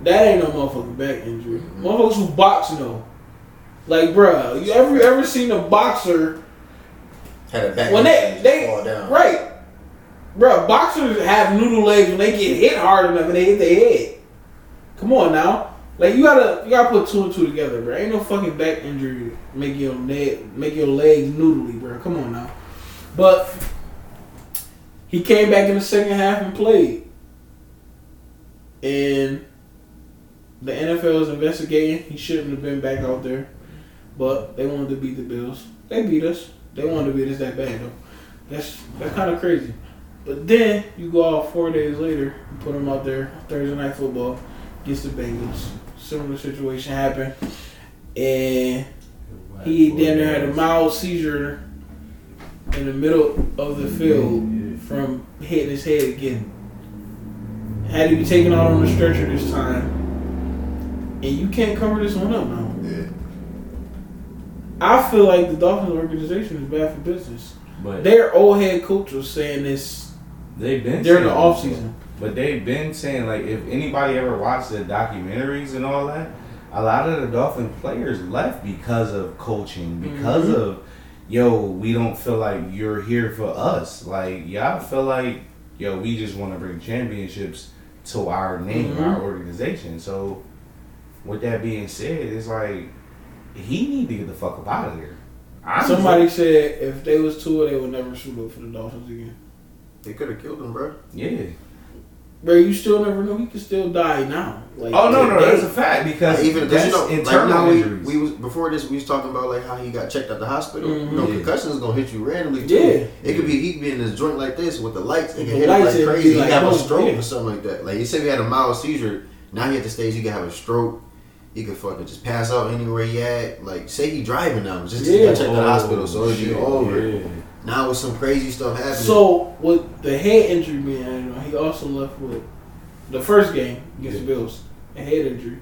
That ain't no motherfucking back injury. Motherfuckers who box know. Like, bruh, you ever ever seen a boxer Had a back when they injury, they fall down. right, bruh? Boxers have noodle legs when they get hit hard enough and they hit their head. Come on now, like you gotta you gotta put two and two together, bro. Ain't no fucking back injury make your leg make your legs noodly, bro. Come on now, but he came back in the second half and played, and the NFL is investigating. He shouldn't have been back out there, but they wanted to beat the Bills. They beat us. They wanted to beat us that bad though. That's that's kind of crazy. But then you go out four days later and put him out there Thursday night football against the Bengals. Similar situation happened, and he damn near had a mild seizure in the middle of the field from hitting his head again. Had to be taken out on a stretcher this time, and you can't cover this one up now. Yeah. I feel like the Dolphins organization is bad for business. But Their old head coach was saying this they've been during the saying off this. season. But they've been saying like if anybody ever watched the documentaries and all that, a lot of the Dolphin players left because of coaching, because Mhm. of yo, we don't feel like you're here for us. Like y'all feel like yo, we just want to bring championships to our name, Mhm. our organization. So with that being said, it's like he need to get the fuck up out of here. I'm just- Somebody said if they was Tua, they would never shoot up for the Dolphins again. They could have killed him, bro. yeah. Bro, you still never know. He could still die now. Like, Oh no, no, today. that's a fact because Like, even that's because you know, like internal now we, injuries. we was before this, we was talking about like how he got checked at the hospital. Mhm. You know, Yeah. concussions gonna hit you randomly. Too. Yeah. it could be he could be in his joint like this with the lights. It With can the hit him lights, like it'd be crazy. like, he have boom, a stroke yeah. or something like that. Like you said, he had a mild seizure. Now he at the stage, he could have a stroke. He could fucking just pass out anywhere he at. Like say he driving now, just yeah. he Yeah. got checked at the hospital, so it'd be Oh, shit, over. yeah. Now with some crazy stuff happening. So with the head injury being added on, he also left with the first game against the Bills, a head injury,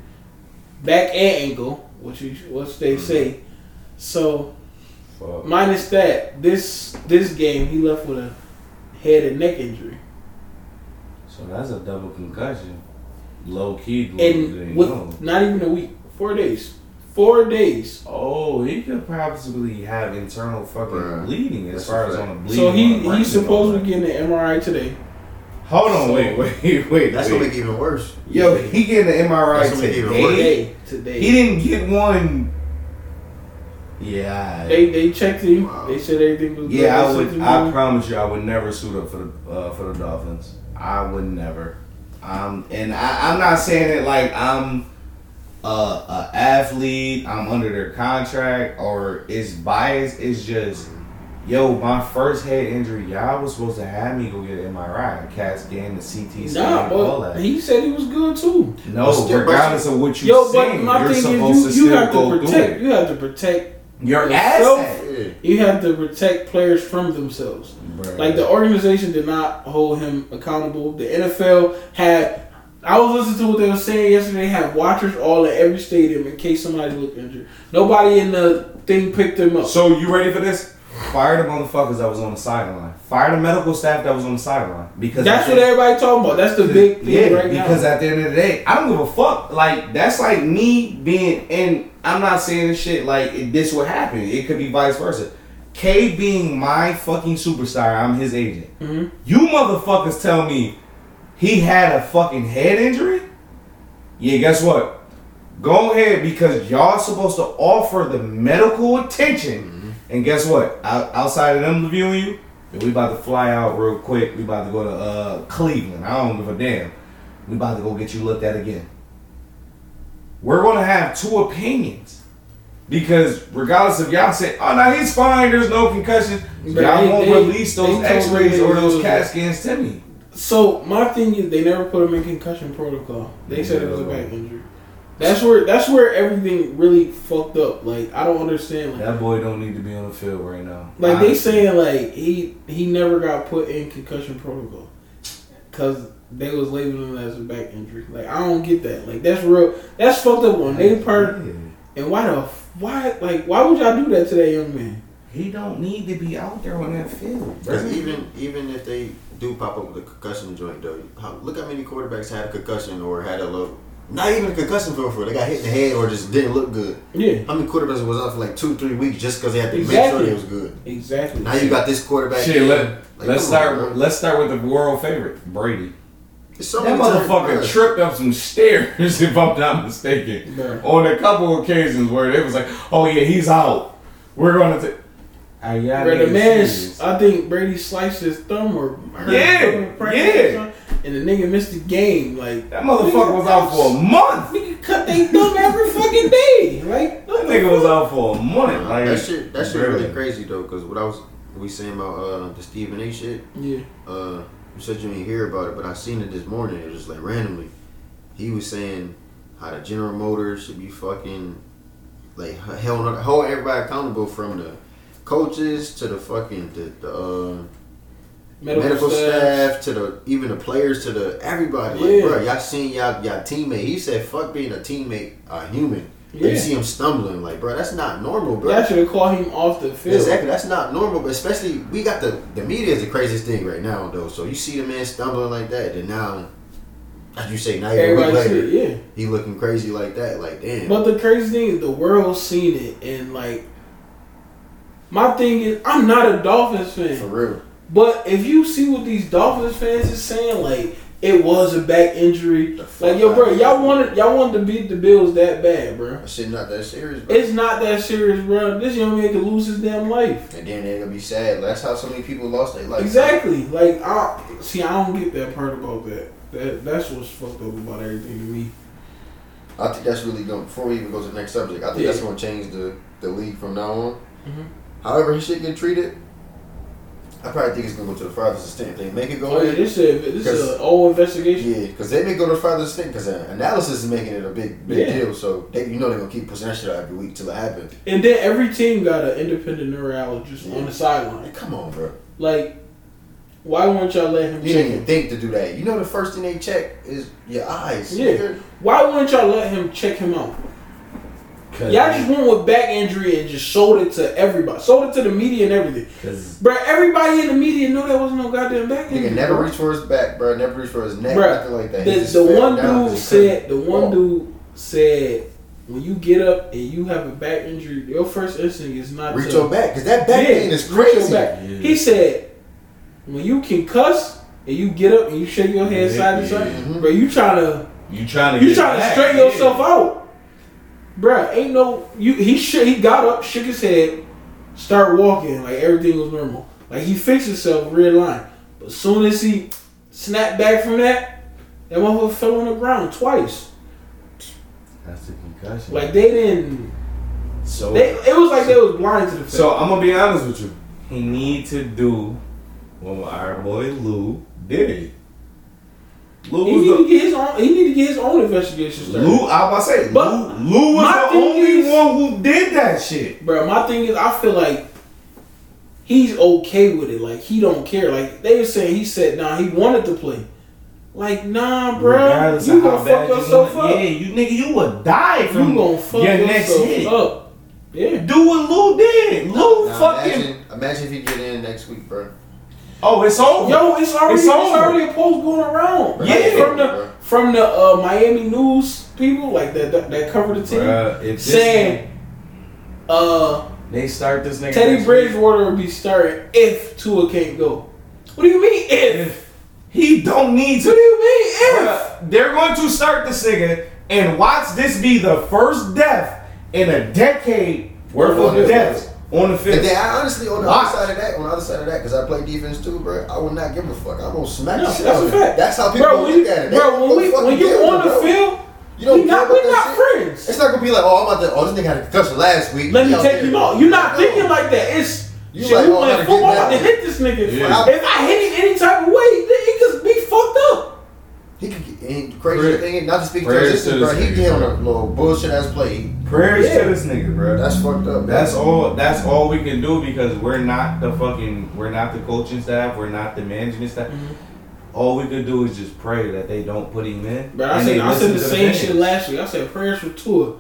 back and ankle, which is what they Mm-hmm. say. So Fuck. minus that, this this game he left with a head and neck injury, So that's a double concussion. Low key. and And with not even a week, four days, four days. oh, he could possibly have internal fucking Bruh, bleeding as that's far a as fact. on a bleeding. So on he a brain he's and all supposed to that. be getting an MRI today. Hold on, So- wait, wait, wait. that's wait. gonna make it even worse. Yo, he getting an MRI That's gonna make it even today. Today, today. He didn't get one. Yeah. They they checked him. Wow. They said everything was good. yeah, I They would. sent him I home. promise you, I would never suit up for the uh, for the Dolphins. I would never. Um, and I, I'm not saying it like I'm a, a athlete, I'm under their contract, or it's biased. It's just, yo, my first head injury, y'all was supposed to have me go get an MRI, a CAT scan, the CT scan, Nah, all but that. he said he was good too. no, But still- regardless of what you Yo, but saying, my you're thing is, supposed to you, you still have go to through protect. it. You have to protect. Your yourself. ass. Yeah. You have to protect players from themselves. Like the organization did not hold him accountable. The NFL had. I was listening to what they were saying yesterday. They had watchers all at every stadium in case somebody looked injured. Nobody in the thing picked him up. So you ready for this? Fire the motherfuckers that was on the sideline. Fire the medical staff that was on the sideline because That's I what think- everybody talking about. That's the big thing yeah, right because now. at the end of the day, I don't give a fuck. Like that's like me being, and I'm not saying this shit like it, this would happen. It could be vice versa. K being my fucking superstar, I'm his agent. Mhm. You motherfuckers tell me he had a fucking head injury. Yeah, guess what? Go ahead because y'all supposed to offer the medical attention. Mm-hmm. And guess what? Out, outside of them reviewing you, we about to fly out real quick. We about to go to uh, Cleveland. I don't give a damn. We about to go get you looked at again. We're gonna have two opinions because regardless of y'all say, "Oh, no, he's fine. There's no concussions," But y'all they- won't they- release they those told X-rays me or it those was- CAT scans to me. So my thing is, they never put him in concussion protocol. They said it was a back injury. That's where that's where everything really fucked up. Like I don't understand. Like, That boy don't need to be on the field right now. Like they Honestly. saying like he he never got put in concussion protocol because they was labeling it as a back injury. Like I don't get that. Like that's real. That's fucked up on their part. Yeah. And why the f- why like why would y'all do that to that young man? He don't need to be out there on that field. bro. Because even even if they do pop up with a concussion joint, though, how, look how many quarterbacks had a concussion or had a low, not even a concussion for for they got hit in the head or just didn't look good. Yeah, How many quarterbacks was out for like two, three weeks just because they had to make sure Exactly. they was good? exactly. Now you got this quarterback. Shit, let, Like, let's come on, start. bro. let's start with the world favorite, Brady. It's so That many times, motherfucker bro. tripped up some stairs, if I'm not mistaken, Bruh. on a couple occasions where they was like, "Oh yeah, he's out. We're gonna." Ah, T-. Are y'all Bro, the niggas man, serious? I think Brady sliced his thumb or hurt Yeah, his thumb in practice or yeah. something, and the nigga missed the game. Like that motherfucker was out for a month. nigga cut they thumb every fucking day. Like That nigga was out for a month. Like that shit, that shit bruh. really crazy though. Because what I was we saying about uh, the Stephen A. shit, yeah, uh, you said you didn't hear about it, but I seen it this morning. It was just like randomly. He was saying how the General Motors should be fucking like held hold everybody accountable from the coaches to the fucking the, the uh, medical, staff. to the even the players to the everybody. Like, Yeah. bro, y'all seen y'all y'all teammate. He said, "Fuck being a teammate, a human." Yeah. You see him stumbling, like, bro, that's not normal, bro. Y'all should have called him off the field. Exactly. That's not normal, but especially we got the the media is the craziest thing right now though. So you see the man stumbling like that, and now, as you say, now you're a week Everybody later, see it, he looking crazy like that. Like yeah. damn. But the crazy thing is the world's seen it and like my thing is I'm not a Dolphins for fan. real, But if you see what these Dolphins fans is saying, like it was a back injury. The fuck Like yo out bro, of y'all here. wanted y'all wanted to beat the Bills that bad, bro. that shit not that serious. Bro. It's not that serious, bro. This young man could lose his damn life. and then they're gonna be sad. That's how so many people lost their life. Exactly. Like I see I don't get that part about that. That that's what's fucked up about everything to me. I think that's really going. to Before we even go to the next subject, I think Yeah. that's gonna change the the league from now on. Mhm. However, he should get treated. I probably think it's gonna go to the father's assistant. They make it go Oh yeah, in. this is this is Because- an old investigation. Yeah, because they may go to father's thing because analysis is making it a big big Yeah. deal. So they, you know they're gonna keep pushing that shit out every week till it happens. And then every team got an independent neurologist on the sideline. Like, come on, bro. Like, why won't y'all let him You didn't even check? think to do that. You know the first thing they check is your eyes. Yeah. nigga. Why won't y'all let him check him out? 'Cause- Y'all just went with back injury and just sold it to everybody, sold it to the media and everything. 'cause- Bruh, everybody in the media knew there wasn't no goddamn back injury. Nigga never bruh. reached for his back, bro. Never reached for his neck, Bruh, nothing like that. He The, just the fell one down 'cause dude he couldn't said. The one walk. dude said, when you get up and you have a back injury, your first instinct is not reach to your back because that back Yeah, pain is reach your crazy. back. Yeah. He said, when you can cuss and you get up and you shake your head Yeah, side to yeah. side, Mm-hmm. bro, you trying to you trying to you get trying to back, straighten yeah. yourself out, Bruh, Ain't no you. He sh- he got up, shook his head, started walking like everything was normal. Like he fixed himself, red line. But soon as he snapped back from that, that motherfucker fell on the ground twice. That's a concussion. That's Like they didn't. so. They it was like they was blind to the fact. so I'm gonna be honest with you. He need to do what our boy Lou did. Lou he was need the to get his own. He need to get his own investigation started. Lou, I was about to say, But Lou, Lou was my the thing only is- one who did that shit. Bro, my thing is, I feel like he's okay with it. Like he don't care. Like they were saying, he said, nah, he wanted to play. Like nah, bro, Regardless you of gonna how fuck bad you yourself want- up. Yeah, you nigga, you would die from you gonna fuck your yourself next hit. up. Yeah, Do what Lou did. Lou Now, fucking. imagine, imagine if he get in next week, bro. Oh, it's over. yo, it's already It's it's, over. already a post going around. Bro, Like, Yeah. from the from the uh, Miami news people like that that, that cover the team Bruh, if this saying. Uh, nigga- they start this nigga, Teddy next week, Bridgewater would be starting if Tua can't go. What do you mean if? he don't need What do to. you mean if? Bruh, they're going to start this nigga and watch this be the first death in a decade worth On of the deaths on the And field. then I honestly, on the Why? other side of that, on the other side of that, because I play defense too, bro. I would not give a fuck. I'm gonna smack No, the shit that's out a of them. fact. That's how people Bro, when, look you, at it. They bro, don't when, we, fucking when care, you on the bro. field, you don't we not, care about we're that not shit. friends. It's not gonna be like, oh, I'm about to, oh, this nigga had a concussion last week. Let He me out take there. him out. You're not No. thinking like that. It's You shit, like, we oh, I playing gotta get football. I'm back. about to hit this nigga. Yeah. If I hit him any type of way, then he could be fucked up. He could get and crazy Prayer- thing, not to speak prayers transition, to bro. this He nigga, did on bro. a little bullshit ass play. Prayers Yeah. to this nigga, bro. That's fucked up. That's all. That's all we can do because we're not the fucking. We're not the coaching staff. We're not the management staff. Mm-hmm. All we could do is just pray that they don't put him in. But I and they said, I listen said the to same fans. shit last week. I said prayers for Tua.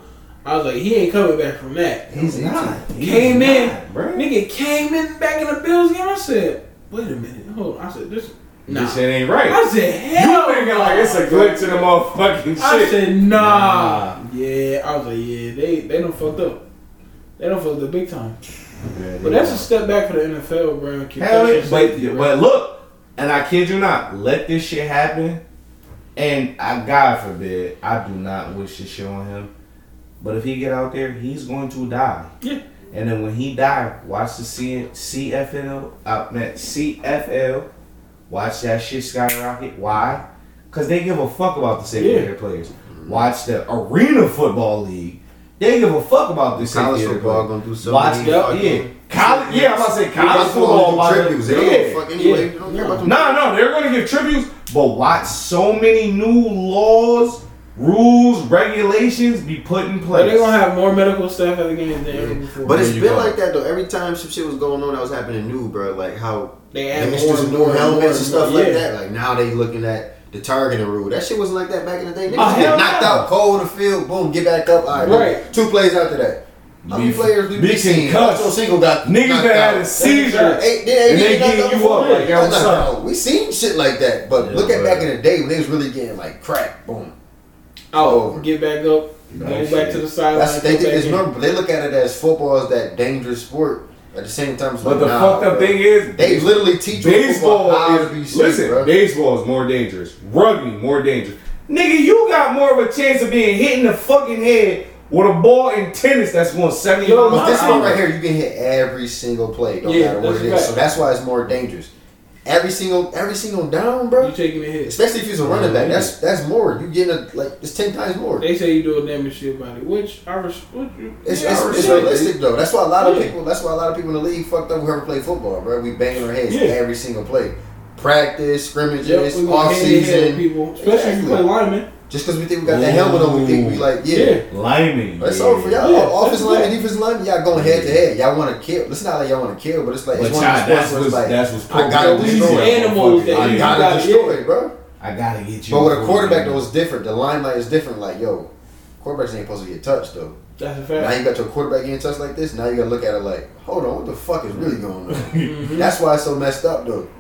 I was like, he ain't coming back from that. He's not. He's Came not, in. bro. Nigga came in back in the Bills game. I said, wait a minute, hold. On. I said this. Nah. This shit ain't right. I said, hell. no. glitch in the motherfucking I said, nah. Nah. Yeah, I was like, yeah, they they don't fucked up. They don't fucked up big time. Yeah, But yeah. that's a step back for the NFL, bro. Concussion Hell yeah. But, safety, bro. but look, and I kid you not, let this shit happen. And I God forbid, I do not wish this shit on him. But if he get out there, he's going to die. Yeah. And then when he die, watch the C- CFNL, uh, man, CFL, watch that shit skyrocket. Why? Because they give a fuck about the secondary players. Watch the Arena Football League. They give a fuck about the College secondary football players. gonna do so Watch many that, fucking- yeah. College, yeah, I'm about to say college football. They about don't to- do tributes. They don't yeah. give a fuck anyway. yeah. They don't care about them. No, no, they're gonna give tributes, but watch so many new laws, rules, regulations be put in But place. they're gonna have more medical staff at the game than ever before. But it's There you been go. like that though. Every time some shit was going on that was happening new, bro. Like how they they add introduced more and new more helmets more and stuff more. like Yeah. that. Like now they looking at the targeting rule. That shit wasn't like that back in the day. Niggas Oh, hell get knocked no. out cold in the field, boom, get back up. All right, boom. Right. two plays after that. How many Be- players do be you see? concussed. Ocho Cinco got Niggas knocked that had out. a seizure. Eight, they, And they knocked gave out you before up, that. like, yo, That's what's not- up? We seen shit like that, but Yeah, look at but- back in the day when they was really getting like crack, boom. Oh, get back up, go back to the sideline. That's they go think back it's in. normal, but they look at it as football is that dangerous sport. At the same time, it's but like, the nah, fucked up bro. thing is, they literally teach you baseball football how to be is safe, listen. bro. Baseball is more dangerous. Rugby more dangerous. Nigga, you got more of a chance of being hit in the fucking head with a ball in tennis that's going seventy Yo, miles But this an one hour. right here, you can hit every single play, no Yeah, matter what that's it is. right. So that's why it's more dangerous. Every single, every single down, You bro. taking a hit. Especially if you're a running back, that's that's more. You getting a, like it's ten times more. They say you do a damage to your body, which I res- which you. It's, yeah, it's, I it's respect. realistic though. That's why a lot of Yeah. people. That's why a lot of people in the league fucked up. Whoever played football, bro, we banging our heads Yeah. every single play, practice, Yep, scrimmages, we off gonna head to head with season. people, especially if you Exactly. play lineman. Just because we think we got that helmet on, we think we like yeah. Yeah. Lineman. That's all for y'all. Yeah, that's Offensive lineman, right. defensive lineman, y'all going head to head. Y'all want to kill. It's not like y'all want to kill, but it's like But it's y'all, one of those that's sports where what's it's like that's what's I gotta programmed into destroy these our animals fucking that- I brain. got- gotta gotta- destroy, yeah. bro. I gotta get you. But with a fucking- quarterback though, it's different. The limelight is different. Like yo, quarterbacks ain't supposed to get touched though. That's a Now fact. you got your quarterback getting touched like this. Now you gotta look at it like, hold on, what the fuck is really going on? That's why it's so messed up though. Mm-hmm.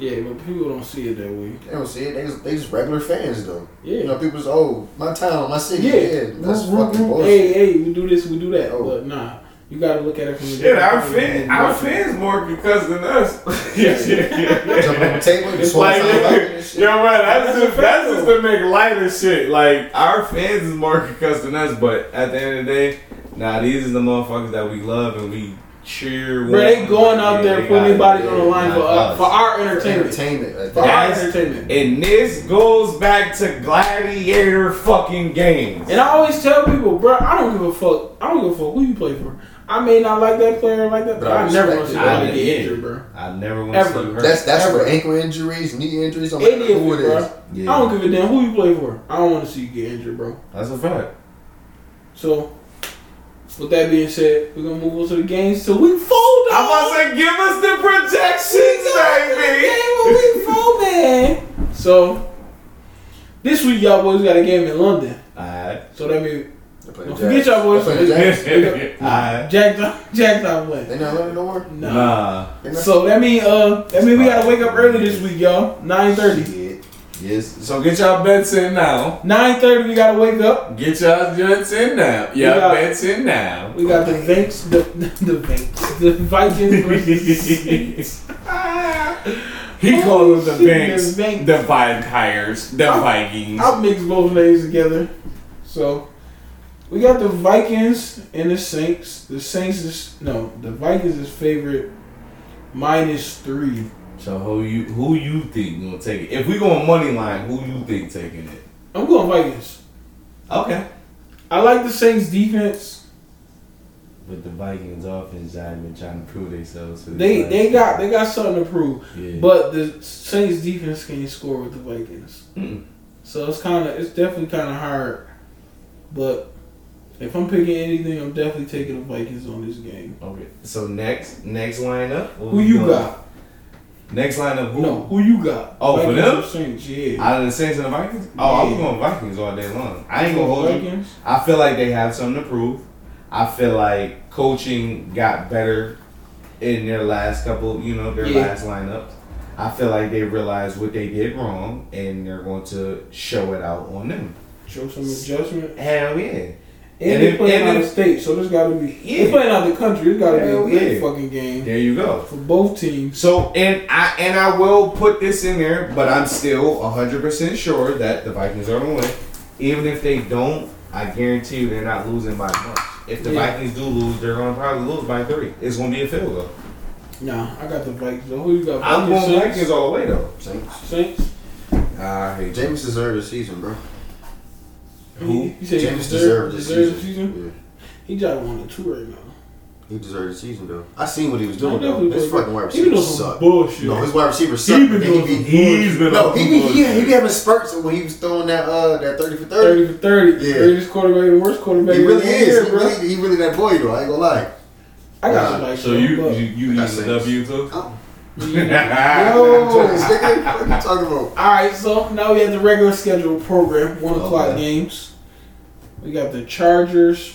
Yeah, but people don't see it that way. They don't see it. They just, they just regular fans though. Yeah. You know, people just oh my town, my city. Yeah, Yeah, that's Roop, roop, fucking roop. bullshit. Hey, hey, we do this, we do that. Oh. But nah, you gotta look at it from the Shit, our different point of fans, view. our fans more concussed than us. yeah, yeah, yeah. Jump on the table, you It's swung like, side back and shit. you're right. That's That's just, a that's fact, just to make light of shit. Like our fans is more concussed than us, but at the end of the day, nah, these is the motherfuckers that we love and we cheer. Bro, they going out Yeah, there they putting their got it. bodies on the line Yeah, for, not uh, for our entertainment. entertainment. like For that. our That's- entertainment. And this goes back to gladiator fucking games. And I always tell people, bro, I don't give a fuck. I don't give a fuck who you play for. I may not like that player or like that, but But I I never respect want it. somebody I- to get yeah. injured, bro. I never want Ever. to see her. That's that's for Ever. ankle injuries, knee injuries. I'm like, Any of who you, it is? bro. yeah, I don't give a damn who you play for. I don't want to see you get injured, bro. that's a fact. So, with that being said, we're gonna move on to the games till we fold. I'm dog. about to say, give us the projections, We fold, man. So, this week y'all boys got a game in London. Alright. So that means They play the don't forget Jacks. y'all boys. They play the Jacks. Alright. Jack, Jack, Jack, not playing. They not learning no more. No. Nah. They not- So that mean uh that mean we gotta wake up early this week, y'all. 9.30. Shit. Yes. So get y'all bets in now. 9.30 we gotta wake up. Get y'all bets in now. We got- Y'all bets in now. We got the Vinks, the the Vinks, the Vikings versus He Oh, called them the shit, Banks, the Banks. the Vampires, the Oh, Vikings. I'll mix both names together. So we got the Vikings and the Saints. The Saints is no, the Vikings is favorite minus three. So who you who you think gonna take it? If we go on money line, who you think taking it? I'm going Vikings. Okay. I like the Saints defense. But the Vikings offense have been trying to prove themselves. to this They last they year. got they got something to prove. Yeah. But the Saints defense can't score with the Vikings. Mm. So it's kind of it's definitely kind of hard. But if I'm picking anything, I'm definitely taking the Vikings on this game. okay. So next next lineup. what Who we you doing? got? Next lineup. Who? No, who you got? Oh, for Vikings them? or Saints, yeah. Out of the Saints and the Vikings? Oh, Yeah. I'm going Vikings all day long. I ain't gonna hold you. Vikings. I feel like they have something to prove. I feel like coaching got better in their last couple, you know, their Yeah. last lineups. I feel like they realized what they did wrong and they're going to show it out on them. Show some adjustment. Hell yeah. And, And they if- playing and out of if- state, so there's got to be. They Yeah. playing out the country. There's got to be a Hell great yeah. fucking game There you go. for both teams. So and I and I will put this in there, but I'm still hundred percent sure that the Vikings are gonna win. Even if they don't, I guarantee you they're not losing by much. If the Yeah. Vikings do lose, they're gonna probably lose by three. It's gonna be a field goal. Nah, I got the Vikings. So who you got? Vikings, I'm going Saints? Vikings all the way though. Saints. Saints. I hate you. James deserved the season, bro. Who? You said he James deserved deserved the deserved the season. season. He just won a two right now. Yeah, he deserved the season though. I seen what he was He doing though. definitely His was- fucking Even wide though receivers some suck. bullshit. No, his wide receivers He suck. been but doing then he be- He's been No, on he be, he, he be having spurts when he was throwing that uh that thirty for thirty. 30 for 30. Yeah. Greatest quarterback and worst quarterback. He in really the is. year, He bro. really, he really that boy though. I ain't gonna lie. I got Nah, like So you you, you That eat the Saints. W too? Oh. Yo, this nigga, what you talking about? All right, so now we have the regular scheduled program, Oh, 1 o'clock Okay. games. We got the Chargers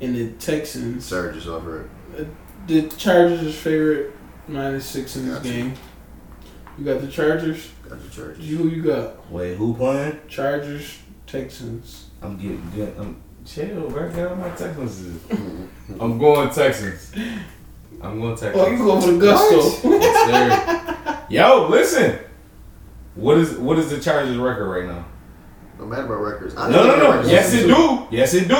and the Texans. Sarah just offered. The Chargers is favorite, minus six in this Gotcha. game. You got the Chargers. Got the church. You, who you got? Wait, who playing? Chargers, Texans. I'm getting good. I'm chill, bro. Get out my Texans. I'm going Texans. I'm going Texans. Oh, you go for the gusto. Yes, sir. Yo, listen. What is what is the Chargers record right now? No matter about records. I No, think no, their no. records Yes, is it good. do. Yes, it do.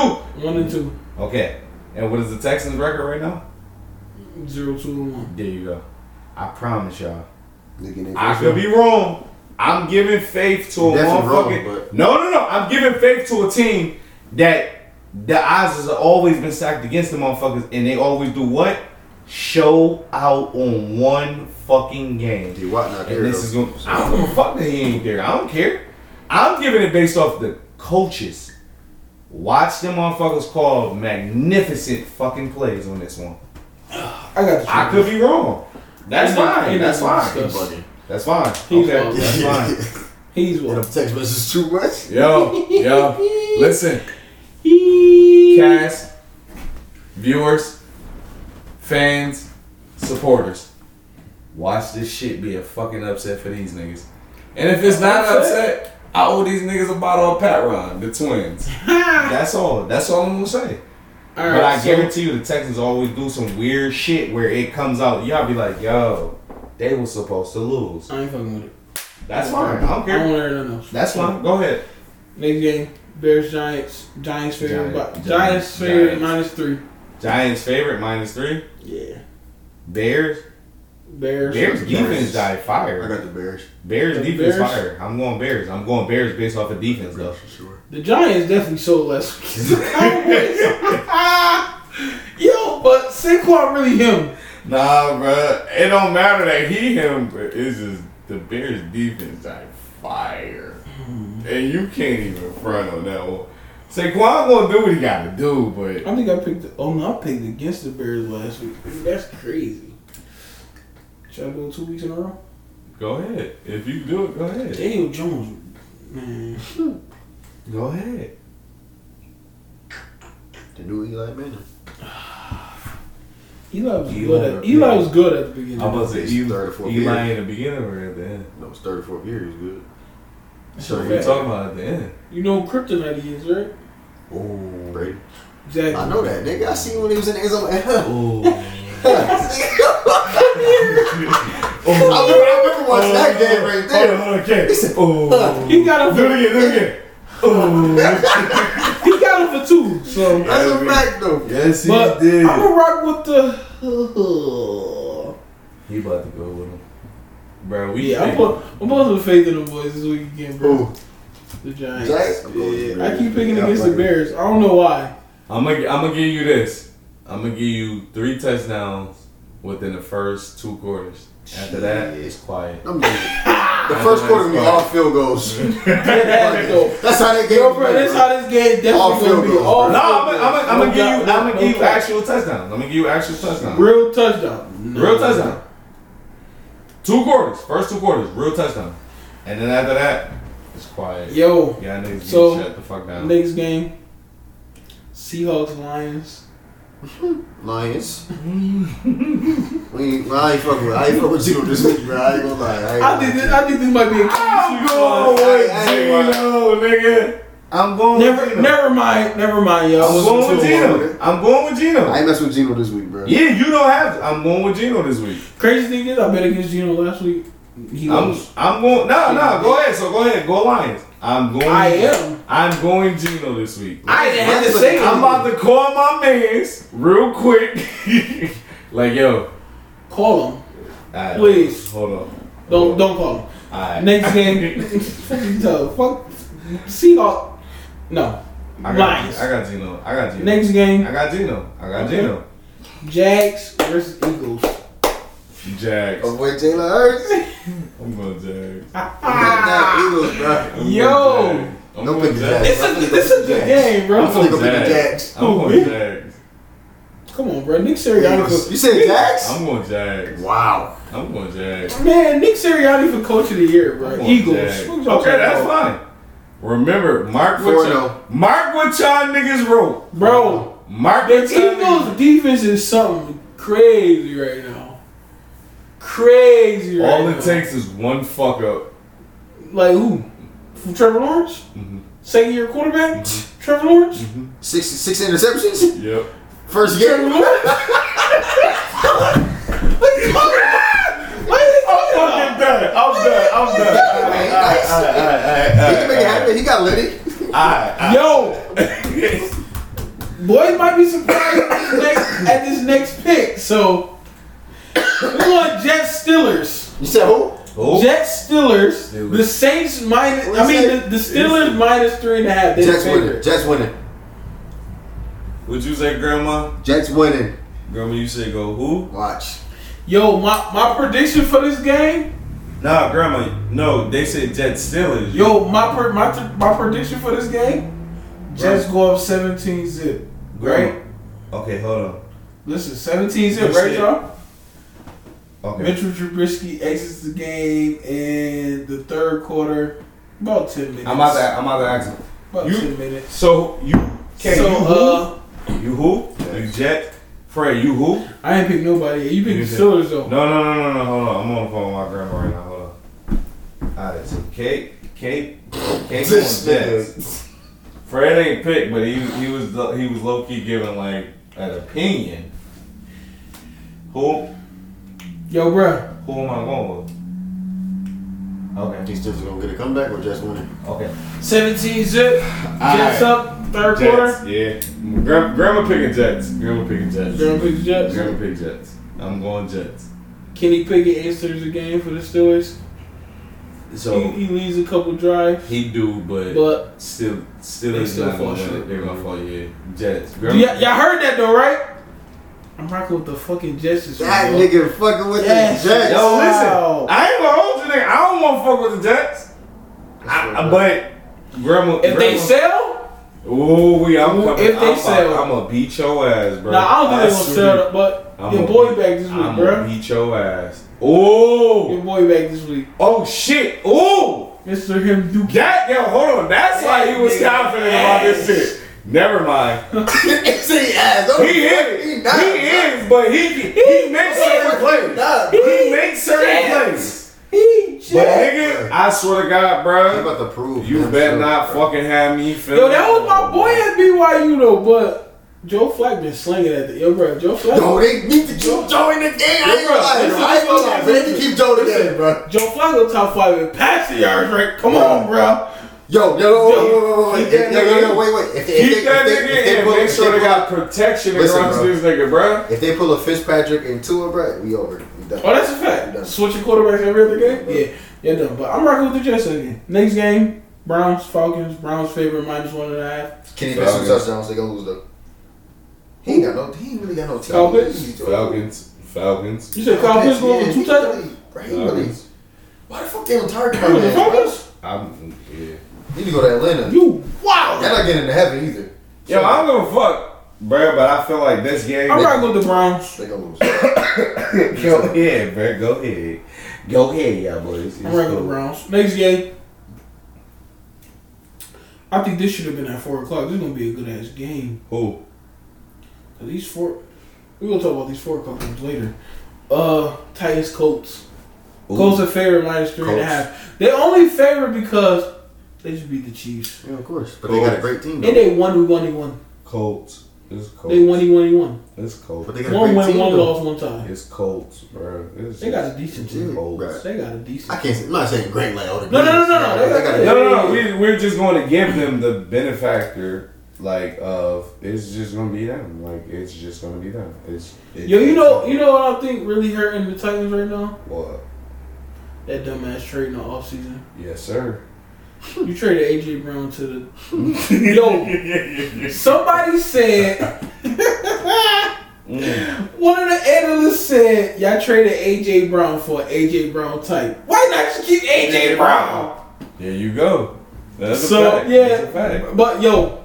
One and two. Okay. And what is the Texans record right now? Zero, two, and one. There you go. I promise y'all. Nigga, they I first could one. be wrong. I'm giving faith to a Definitely wrong, motherfucking. but- No, no, no. I'm giving faith to a team that the odds has always been stacked against the motherfuckers, and they always do what? Show out on one fucking game. D Watt not there. And this is though. going. I don't give a fuck that he ain't there. I don't care. I'm giving it based off the coaches. Watch them motherfuckers call magnificent fucking plays on this one. I got the Chargers. I could be wrong. That's Ain't no- fine. ain't That's no fine. discuss- He bugging. That's fine. He's Okay. wrong. That's fine. He's And one. them text messages too much. Yo, yo. Listen, cast, viewers, fans, supporters. Watch this shit be a fucking upset for these niggas. And if it's not upset, I owe these niggas a bottle of Pat Ron, the twins. That's all. That's all I'm gonna say. All But I right, so guarantee you, the Texans always do some weird shit where it comes out. Y'all be like, yo, they was supposed to lose. I ain't fucking with it. That's fine. I don't I don't care. want to hear nothing else. That's fine. Go ahead. Next game, Bears Giants. Giants favorite. Giants, Giant- Giants, Giants favorite Giants. minus three. Giants favorite minus three. Yeah. Bears. Bears. Bears the defense Bears. died I fire. got the Bears. Bears The defense Bears. fire. I'm going Bears. I'm going Bears based off of defense though. Sure. The Giants definitely sold last week. The Cowboys. Yo, but Saquon really him. Nah, bruh. It don't matter that he him, but it's just the Bears defense like fire, and you can't even front on that one. Saquon gonna do what he gotta do, but I think I picked. The, oh no, I picked against the Bears last week. That's crazy. Should I go two weeks in a row? go ahead. If you do it, go ahead. Daniel Jones, man. Go ahead. The new Eli Manning. Eli was Eli- good. At, Eli was good at the beginning. I was say It's third or Eli, fourth Eli year. in the beginning or at the end. No, it's third or fourth year. He's good. So What Yeah. you talking about at the end? you know who Kryptonite he is, right? Oh, Brady. Exactly. I know that nigga. I seen when he was in the end zone. I remember, I remember watching that game right there. He said, He got him. For, he got him for two. So, That's a fact though. Yes, he but did. I'm gonna rock with the. He about to go with him, bro. We Yeah, I'm put, I'm putting some faith in the boys this week again, bro. Ooh, The Giants. Jack? Yeah, I keep picking against the Bears. I don't know why. I'm gonna I'm gonna give you this. I'm gonna give you three touchdowns within the first two quarters. After that, Shit. it's quiet. I'm good. The first quarter, we all field goals. Yo, That's how they game. bro, that's how this game All definitely field gonna be. goals, All No, I'm field gonna I'm goals. gonna- I'm gonna No give you doubt, I'm no- gonna no give you doubt. actual touchdowns. I'm gonna give you actual touchdowns. real touchdown. Real touchdown. Two quarters, first two quarters, real touchdown, and then after that, it's quiet. Yo, Yeah, niggas So, need to shut the fuck down. next game, Seahawks Lions. Lions. we ain't, well, I ain't fucking with. I ain't fucking with Gino this week, bro. I ain't gonna lie. I, ain't I gonna think lie. this, I think this might Ah, be a clean I'm sweep. going Lions. with I ain't Gino, nigga. I'm going with Never, Gino. never mind, never mind, y'all. I'm going going with with Gino. Gino. I'm going with Gino. I ain't messing with Gino this week, bro. Yeah, you don't have to. I'm going with Gino this week. Crazy thing is, I bet against Gino last week. He I'm was. I'm going no no go ahead so go ahead go Lions. I'm going I am. I'm going Gino this week. I didn't have to Lions say are- I'm it. about to call my mans real quick. like yo, Call him. alright, Please. hold on. Don't don't call him. Alright. Next game. no, fuck. Seahawks. No. I got, Lions. I got Gino. I got Gino. Next game. I got Gino. I got Okay. Gino. Jags versus Eagles. Jags. Avoid Jalen Hurts. I'm going Jags. Ah. Eagles, bro. I'm Yo. going Jags. I'm Don't going pick the Jags. Jags. This is this is a good game, I'm bro. Don't going pick the Jags. Jags. I'm going Jags. Come on, bro. Nick Sirianni. You said Jax? I'm going Jags. Wow. I'm going Jags. For, man, Nick Sirianni for coach of the year, bro. Come on, Eagles. Jags. What you talking Okay, that's about? fine. Remember, mark Four what and y'all, oh. mark what y'all niggas wrote. Bro, Mark the what y'all niggas. Eagles defense is something crazy right now. Crazy right All now. it takes is one fuck up. Like who? From Trevor Lawrence? Mm-hmm. Second year quarterback? Trevor Lawrence? Six, six interceptions? Yep. First Trevor game? Lawrence? what are you talking about? What are you talking about? I'm done. I'm done. I'm done. Man, nice. He Alright, alright, alright, alright, can make it alright, happen. He got Liddy. alright, alright. Yo, boys might be surprised at this next, at this next pick. So, we want Jet Stillers. You said who? Oh, Jet Stillers. Steelers. The Saints minus. I What'd you mean, say? the, the Steelers minus three and a half. They're Jets winning. favorite. Jets winning. Would you say grandma? Jets winning. Grandma, you say go who? Watch. Yo, my my prediction for this game. Nah, grandma. No, they said Jet Steelers. Yo, my per, my t- my prediction for this game. Jets go up seventeen zip. Right. Okay, hold on. Listen, seventeen zip, That's right, it. y'all? Okay. Mitchell Trubisky exits the game in the third quarter, about ten minutes. I'm about to. I'm about to ask him. About you- ten minutes. So you can so you uh, You who? You Jet? Frey, you who? I ain't pick nobody. yet. You picked You the did. Steelers though. No, no, no, no, no. Hold on. I'm on the phone with my grandma right now. Hold on. Alright, so Kate, Kate, Kate This going nigga. Jets. Fred ain't picked, but he he was he was low key giving like an opinion. Who Yo, bruh. who am I going with? Okay, These teams are gonna get a comeback or Jets winning. okay. seventeen zip. Jets Alright. up. Third Jets. Yeah. Gra- grandma picking Jets. Grandma picking Jets. quarter. Grandpa Jets. Grandma pick Jets. I'm going Jets. Kenny Pickett answers the game for the Steelers. So he, he leads a couple drives, he do, but, but still, still, They is still not fall gonna win short. it. They're gonna fall. Yeah, Jets. y- y'all heard that though, right? I'm rocking with the fucking Jets. this That week, nigga fucking with Yes. the Jets. Yo, listen. Wow. I ain't gonna hold you, nigga. I don't want to fuck with the Jets. I, I- but grandma, bro. If they grandma- sell, Ooh, we, I'm coming. If they I'm sell- I'm gonna beat your ass, bro. nah, I don't think swear they're gonna to sell. you. But I'm your gonna boy beat- back this week, I'm bro. gonna beat your ass. Oh, Your boy back this week, oh shit. Oh, Mister Him Duke. that. Yo, hold on. That's why he was Nigga. confident about this shit. Never mind. See, ass. Don't He is. He, He not. is, but he he makes certain plays. Nah. He makes certain Yes. plays. He just. But nigga, I swear to God, He bro, about to prove. you himself, better not bro. fucking have me feeling. Yo, that was my boy at BYU though, but Joe Flacco been slinging at the yo, bro. Joe Yo, Flacko, they need to keep Joe in the game. I ain't bro, gonna lie, bro. listen, I ain't gonna lie, bro. They need to keep Joe in the game, bro. Joe Flacco top five in passing yards, right? Come on, bro. Yo, yo, yo, yo, yo, yo, Keep yo, that yo, yo, nigga- yo, wait, wait. If they, if Keep they, that if they, if nigga they and pull, make if sure they they pull, got protection and Listen, runs bro. this nigga, bro. if they pull a Fitzpatrick and Tua, bro, we over. We done. Oh, that's a fact. Switching quarterbacks every other game. Yeah, yeah, no. But I'm rocking with the Jets again. Next game, Browns, Falcons. Browns favorite minus one and a half. Kenny Falcons. Pickett touchdowns, they gonna lose though. He ain't got no. He ain't really got no team. Falcons? He's- Falcons, Falcons. You said Kyle Pitts going for two touchdowns. Bro, he really. Falcons. Why the fuck they on target You about with the that? bro? Falcons? I'm yeah. Need to go to Atlanta. You wow. They're not getting into heaven either. Yo, I don't give a fuck, bro. But I feel like this game. I'm rocking with the Browns. They gonna lose. Go ahead, bro. Go ahead. Go ahead, y'all boys. It's I'm rocking with cool. the Browns. Next game. I think this should have been at four o'clock. This is gonna be a good ass game. Who? At least four. We're gonna talk about these four couple games later. Uh, Titans Colts. Ooh. Colts are favorite minus three and a Colts. half. They only favored because they just beat the Chiefs. Yeah, of course. But they got a great team. And Though. they won, we won, he won. Colts. It's Colts. They won, he won, he won. It's Colts. But they got One a great win, team. one though. loss, one tie. It's Colts, bro. It's They got just a decent Yeah, team. Colts. bruh. They got a decent I can't. say- I'm not saying great like all the. No, no, no, no, no. They, got They a, got- No, no, no. We, we're just going to give them the benefactor, like of it's just gonna be them. Like it's just gonna be them. It's, it's Yo, you know, you know what I think really hurting the Titans right now? What? That dumbass trade in the offseason. Yes, sir. You traded AJ Brown to the Yo. Somebody said Mm. One of the analysts said, "Y'all traded AJ Brown for AJ Brown type. Why not just keep AJ Brown?" There you go. That's So, a fact. yeah. That's a fact. But yo,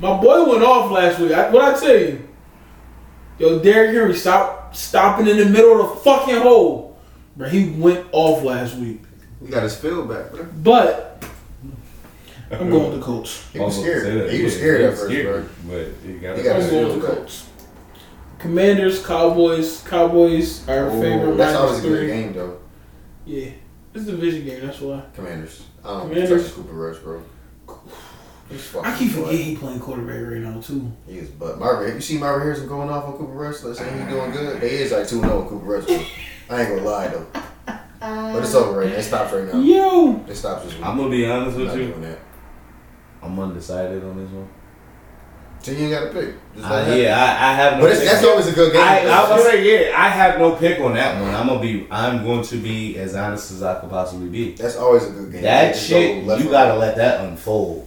my boy went off last week. I, what I tell you, yo, Derrick Henry stop stopping in the middle of the fucking hole, bro. He went off last week. we got his field back, bro. But I'm going to the Colts. He was I gonna say scared. that. He was Yeah, scared at first, bro. scared, But you got He to got I'm his going to field the back. Colts. Commanders, Cowboys, Cowboys are our favorite. Ooh, That's always minus a great three. game, though. Yeah, it's a division game. That's why. Commanders. I don't Commanders. trust Cooper Rush, bro. He's fucking I keep butt. forgetting he playing quarterback right now too. He is butt. Marvin, you see Marvin Harrison going off on Cooper Rush? Like saying he's doing good. They is like 2 0 with Cooper Rush. Bro. I ain't gonna lie, though. But it's over right now. It stops right now. Yo, It stops this week. I'm gonna be honest not with you. doing that. I'm undecided on this one. So you ain't got to pick. Just Uh, let it yeah, I, I have no. happen. But it's, pick that's on- always a good game. I, I was say yeah. I have no pick on that one. I'm gonna be. I'm going to be as honest as I could possibly be. that's always a good game. That Just shit, go left you or gotta right. let that unfold.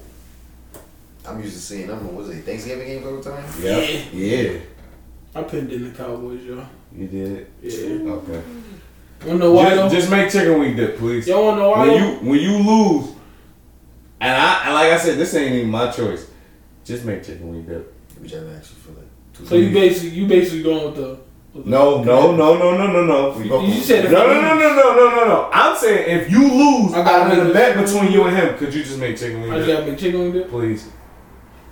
I'm used to seeing them. What was it? Thanksgiving games all the time. Yeah. yeah, I pinned in the Cowboys, y'all. you did it. Yeah. Okay. Wanna know why though? Just, just make chicken wing dip, please. Y'all wanna know why? When though? you when you lose, and I and like I said, this ain't even my choice. Just make chicken wing dip. Which I'm actually for like two. so you basically you basically going with the with the- No, no, no, no, no, no, no. We No, both- You said no, if no, no, no, no, no, no, no. I'm saying if you lose, I gotta I'm in make a a- bet between you and him. Could you just make chicken I wing just dip, got me chicken wing dip. please?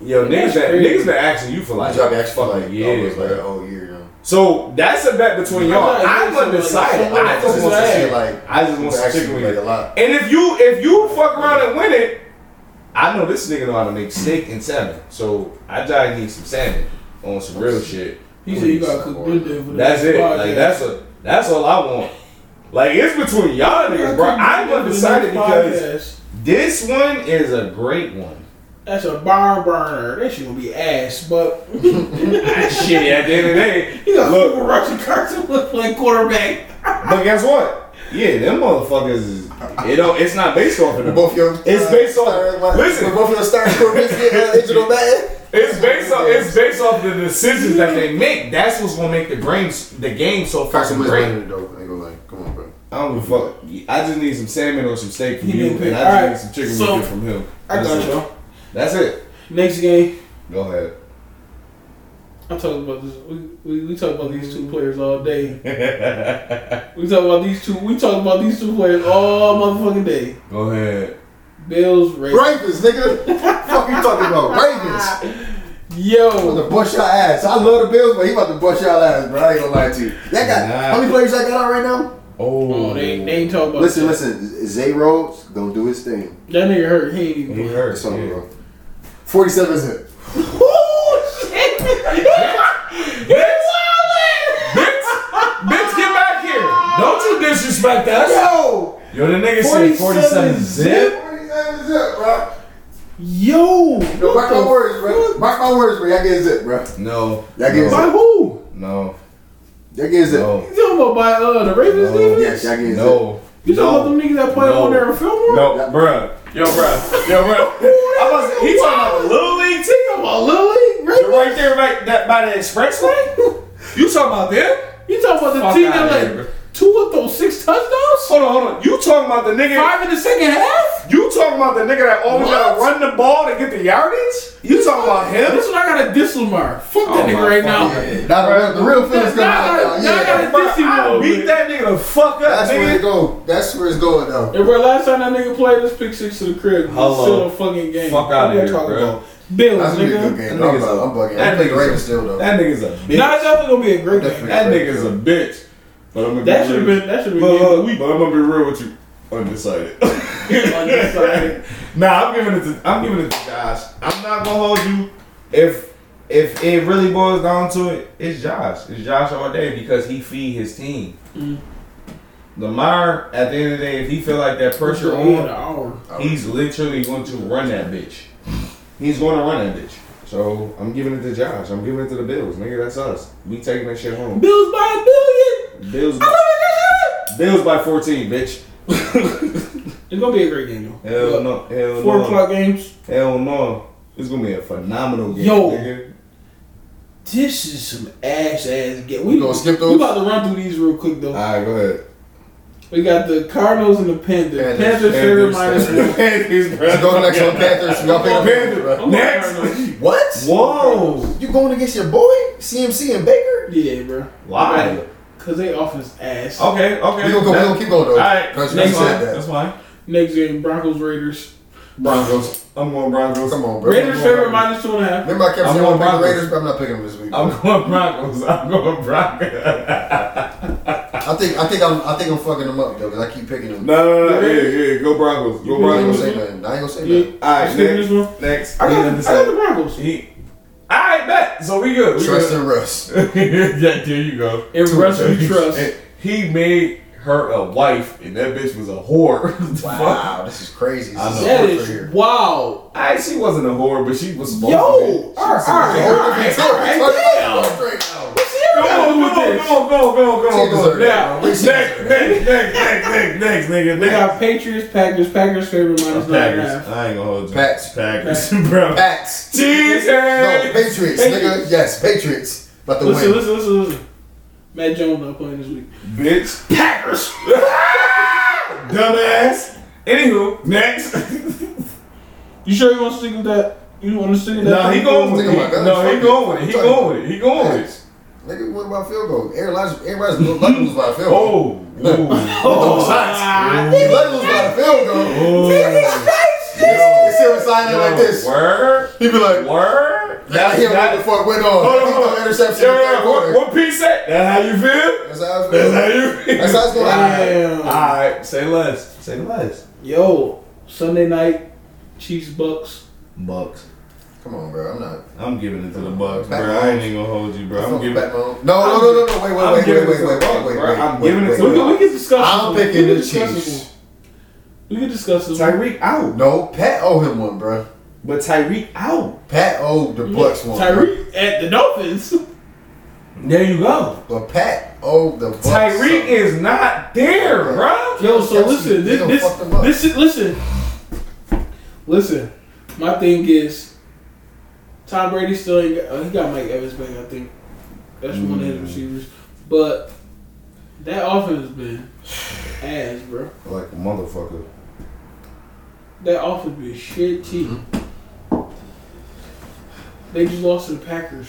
Yo, That's niggas that crazy. niggas that asking you for Like, like, job actually for fucking like yeah, almost like uh, bro. a whole year now. So that's a bet between y'all. I'm undecided. I just want to say- see like I just want people some actually chicken wing. like a lot. And if you if you fuck around and win it, I know this nigga know how to make steak and salmon. So I just need some salmon on some real shit. He said you gotta cook good dip for the That's next it. podcast. Like that's a that's all I want. Like it's between y'all niggas, bro. I'm undecided because Podcast. this one is a great one. That's a barn burner. That shit gonna be ass, but Shit, at the end of the day, you got Look. Look. Russian cartoon playing quarterback. but guess what? Yeah, them motherfuckers. Is, it don't. It's not based off of them. Both your It's based on- listen. Listen, both your stars for digital man. It's based off. It's based off the decisions that they make. That's what's gonna make the game the game so fucking Carson Wentz great. better though. I ain't gonna lie. Come on, bro. I don't give a fuck. I just need some salmon or some steak from He you, didn't and pick. I just Alright, need some chicken so- wings from him. I That's got it. y'all. That's it. Next game, Go ahead. I talk about this. We, we, we talk about these two players all day. we talk about these two. We talk about these two players all motherfucking day. Go ahead. Bills, Ravens. Ravens, nigga. fuck you talking about? Ravens. I'm Yo, about to bust y'all ass. I love the Bills, but he about to bust y'all ass, bro. I ain't gonna lie to you. That guy. Nah. How many players I got out right now? oh, they they ain't talking about Listen, that. listen. Zay Rhodes gonna do his thing. That nigga hurt. He ain't even. He playing. hurt. That's all, yeah. bro. Forty-seven is it. Oh shit! Bitch, bitch, get back here! Don't you disrespect us? Yo. Yo, the nigga said 47 47 zip. Forty-seven is it, bro. Yo, Yo, what mark my the words, bro. Mark my words, bro. Y'all get zip, bro. No. Y'all get By zip. who? No. Y'all get zip. No. You talking about by uh, the Ravens No. defense? Yes, y'all get zip. No. You talking about them niggas that play No. on there in Fillmore? No, bruh. Yo, bruh. Yo, bruh. I was, he talking about the Little League team. Oh, Lil League, Ravens? Right there, right that by the expressway? You talking about them? You talking about the Fuck team outta that here, bro. let Tua throw six touchdowns? Hold on, hold on. You talking about the nigga? Five in the second half? You talking about the nigga that always gotta What? run the ball to get the yardage? You talking about him? This one I gotta diss Lamar. Fuck Oh, that my nigga right fucking now. head. Yeah, Now the real, the real feelings Nah, coming out. nah, now. nah, Yeah. nah. This he I will, beat man. that nigga the fuck up, That's where it nigga. go. That's where it's going though. And bro, last time that nigga played this pick six to the crib, Hello. Hello. still a fucking game. Fuck outta What we here, talking bro. about? Bills, That's gonna be a good nigga. game. That I'm, nigga's uh, a- I'm bugging. that I think nigga's Ravens a- still though. That nigga's a bitch. Nah, it's definitely gonna be a great game. that nigga's a bitch. But I'm gonna That be should have real. been. That should have But, uh, been. we- but I'm gonna be real with you. Undecided. Undecided. nah, I'm giving it to I'm giving it to Josh. I'm not gonna hold you. If if it really boils down to it, it's Josh. It's Josh all day because he feed his team. Mm. Lamar, at the end of the day, if he feel like that pressure Yeah, on, the hour. He's literally going to run that bitch. He's going to run that bitch. So I'm giving it to Josh. I'm giving it to the Bills, nigga. That's us. We taking that shit home. Bills by a billion. Bills. Bills by 14, bitch. It's gonna be a great game though. Hell Look, no. Hell Four no. o'clock games. Hell no. It's gonna be a phenomenal game, Yo. nigga. This is some ass ass game. We You gonna skip We those? about to run through these real quick though. All right, go ahead. We got the Cardinals and the Panthers. Panthers. Panthers favorite minus Panthers. one. Panthers, bro. Let's go next on Panthers. Y'all play the Panthers, bro. I'm on Next. Cardinals. What? Whoa. You going against your boy CMC and Baker? Yeah, bro. Why? Cause they offense ass. Okay. Okay. We gonna go. We gonna keep going though. All right. Cause That's you fine. said That's that. fine. Next game, Broncos Raiders. Broncos. I'm going Broncos. Come on, bro. Raiders Come on, favorite Broncos. minus two and a half. Remember I kept I'm saying going I'm picking Broncos. Raiders, but I'm not picking them this week. I'm bro. going Broncos. I'm going Broncos. I think I think I'm I think I'm fucking them up though, cause I keep picking them. No, no, no. Yeah, yeah. Go Broncos. You Go I ain't gonna Broncos. say nothing. I ain't gonna say Yeah. nothing. All right, You skipping next. this one? Next. I He got, I got the undecided. Broncos. He. All right, bet. So we good. We Trust good. and Russ. yeah, there you go. And Russell He- you trust. He made her a wife, and that bitch was a whore. Wow. Wow, this is crazy. This I is know. That hard for is here. wow. I she wasn't a whore, but she was supposed Yo, to be. all right, all right, all right, all right. Damn. What's he Go, got to do go, with go, this? go, go, go, go, She go. deserved it. Now, She next, next, deserved next, next, next, next, nigga. We Next. got Patriots, Packers, Packers favorite minus nine and a half. I ain't gonna hold you. Pats. Packers, bro. Pats. Jesus. No, Patriots, Patriots. nigga. Yes, Patriots. About to Uh, Listen, win. listen, listen, listen. Matt Jones not playing this week. Bitch. Packers. Dumbass. Anywho, next. You sure you want to stick with that? You want to stick with that? no, he going with it. He- No, he going with it. He going with it. He going with it. Nigga, what about field goal? Everybody's everybody's lucky was by field Oh. goal. Oh. Oh, shots. Lucky was by field Oh. goal. You see him signing like this? Word. He be like, Word. "Now he don't know what the fuck went on." Hold on, He hold throw on. interception Yo, in the third yo, what, quarter. what piece that? That how you feel? That's how I That's feel. how you feel. That's how it's gonna happen. Damn. Alright, say less. Say less. Yo, Sunday night, Chiefs Bucks. Bucks. Come on, bro. I'm not. I'm giving it to the Bucks, bro. Back I ain't Mahomes. even gonna hold you, bro. I'm I'm fucking giving. Pat Mahomes. No, no, no, no, no. Wait, I'm wait, giving it wait, wait, to the wait, wait, wait, Bucks, wait. bro. I'm wait, giving it wait, to We the wait. can, we can discuss. I'm this one. picking We can the discuss Chiefs. this one. We can discuss this. one. Tyreek out. No, Pat owe him one, bro. But Tyreek out. Pat owed the Bucks one. Tyreek at the Dolphins. There you go. But Pat owed the Bucks. Tyreek something. is not there, bruh. Yo, so Kelsey, listen, they this, gonna fuck them this, up. this is, listen, listen. My thing is, Tom Brady still ain't got, oh, he got Mike Evans back, I think. That's one of Mm. his receivers. But that offense has been ass, bro. like a motherfucker. That offense been shit team. Mm-hmm. They just lost to the Packers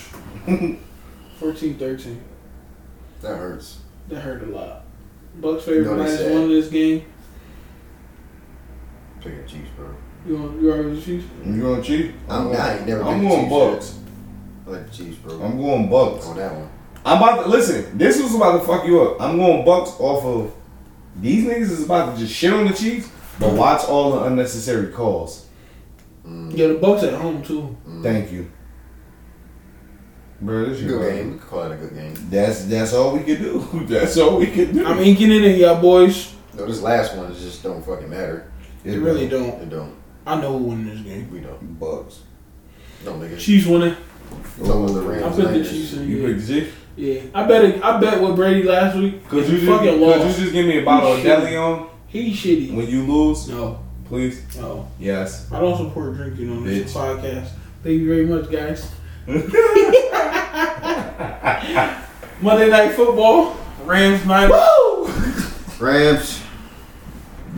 14 13. That hurts. That hurt a lot. Bucks favorite No, they minus said- one of this game. Picking Chiefs, bro. You want you are with the Chiefs? You going Chiefs? I'm, I ain't never I'm been going Bucks. I like the Chiefs, bro. I'm going Bucks. on that one. I'm about to listen. This was about to fuck you up. I'm going Bucks off of these niggas is about to just shit on the Chiefs, but watch all the unnecessary calls. Mm, Yeah, the Bucks at home too. Thank you, bro. This It's a shit mm. good right. game. We could call it a good game. That's that's all we could do. That's all we could do. I'm inking it in, y'all boys. No, this last one is just don't fucking matter. It really don't. It don't. I know who won this game. We don't. Bucks. No, nigga. Chiefs winning. It's all about the I bet Rams. the Niners. Chiefs in You the pick G. Yeah, I bet. I bet with Brady last week. Could he you just fucking could you lost. just give me a bottle of Shit. Deleon He shitty. when you lose, No, please? no. Yes. I don't support drinking on this Bitch. podcast. Thank you very much, guys. Monday Night Football. Rams Niners. Rams.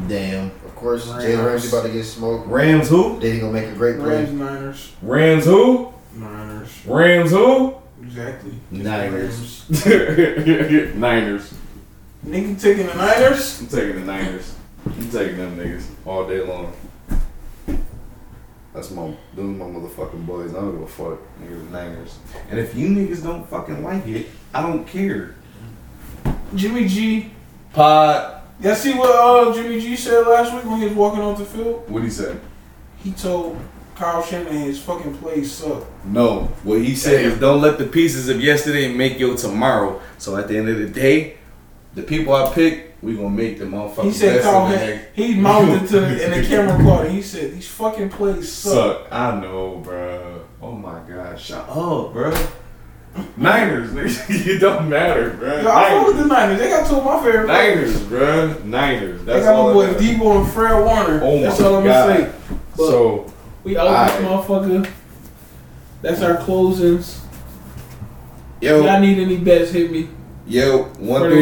Damn. Of course, Rams. Jalen Ramsey about to get smoked. Rams who? Then he gonna make a great play. Rams Niners. Rams who? Niners. Rams who? Exactly. Niners. Niners. Nigga taking the Niners. I'm taking the Niners. I'm taking them niggas all day long. That's my those my motherfucking boys. I don't give a fuck. Niggas Niners. And if you niggas don't fucking like it, I don't care. Jimmy G. Pod Y'all see what uh, Jimmy G said last week when he was walking off the field? what he said? He told Kyle Shanahan his fucking plays suck. No. What he said is don't let the pieces of yesterday make your tomorrow. So at the end of the day, the people I pick, we gonna make the motherfucking He said best Kyle of the Han- he mouthed it to and the camera caught it. He said these fucking plays suck. Suck. I know, bro. Oh my god. Shut up, bro. Niners, nigga. You don't matter, bro. Yo, I fuck with the Niners. Niners. They got two of my favorite players. Niners, bro. Niners. They That's got all. my it boy matters. Debo and Fred Warner. Oh That's my all I'm God. gonna say. But So we out this Aight. motherfucker. That's our closings. If Yo, y'all need any bets, hit me. yo, one For three the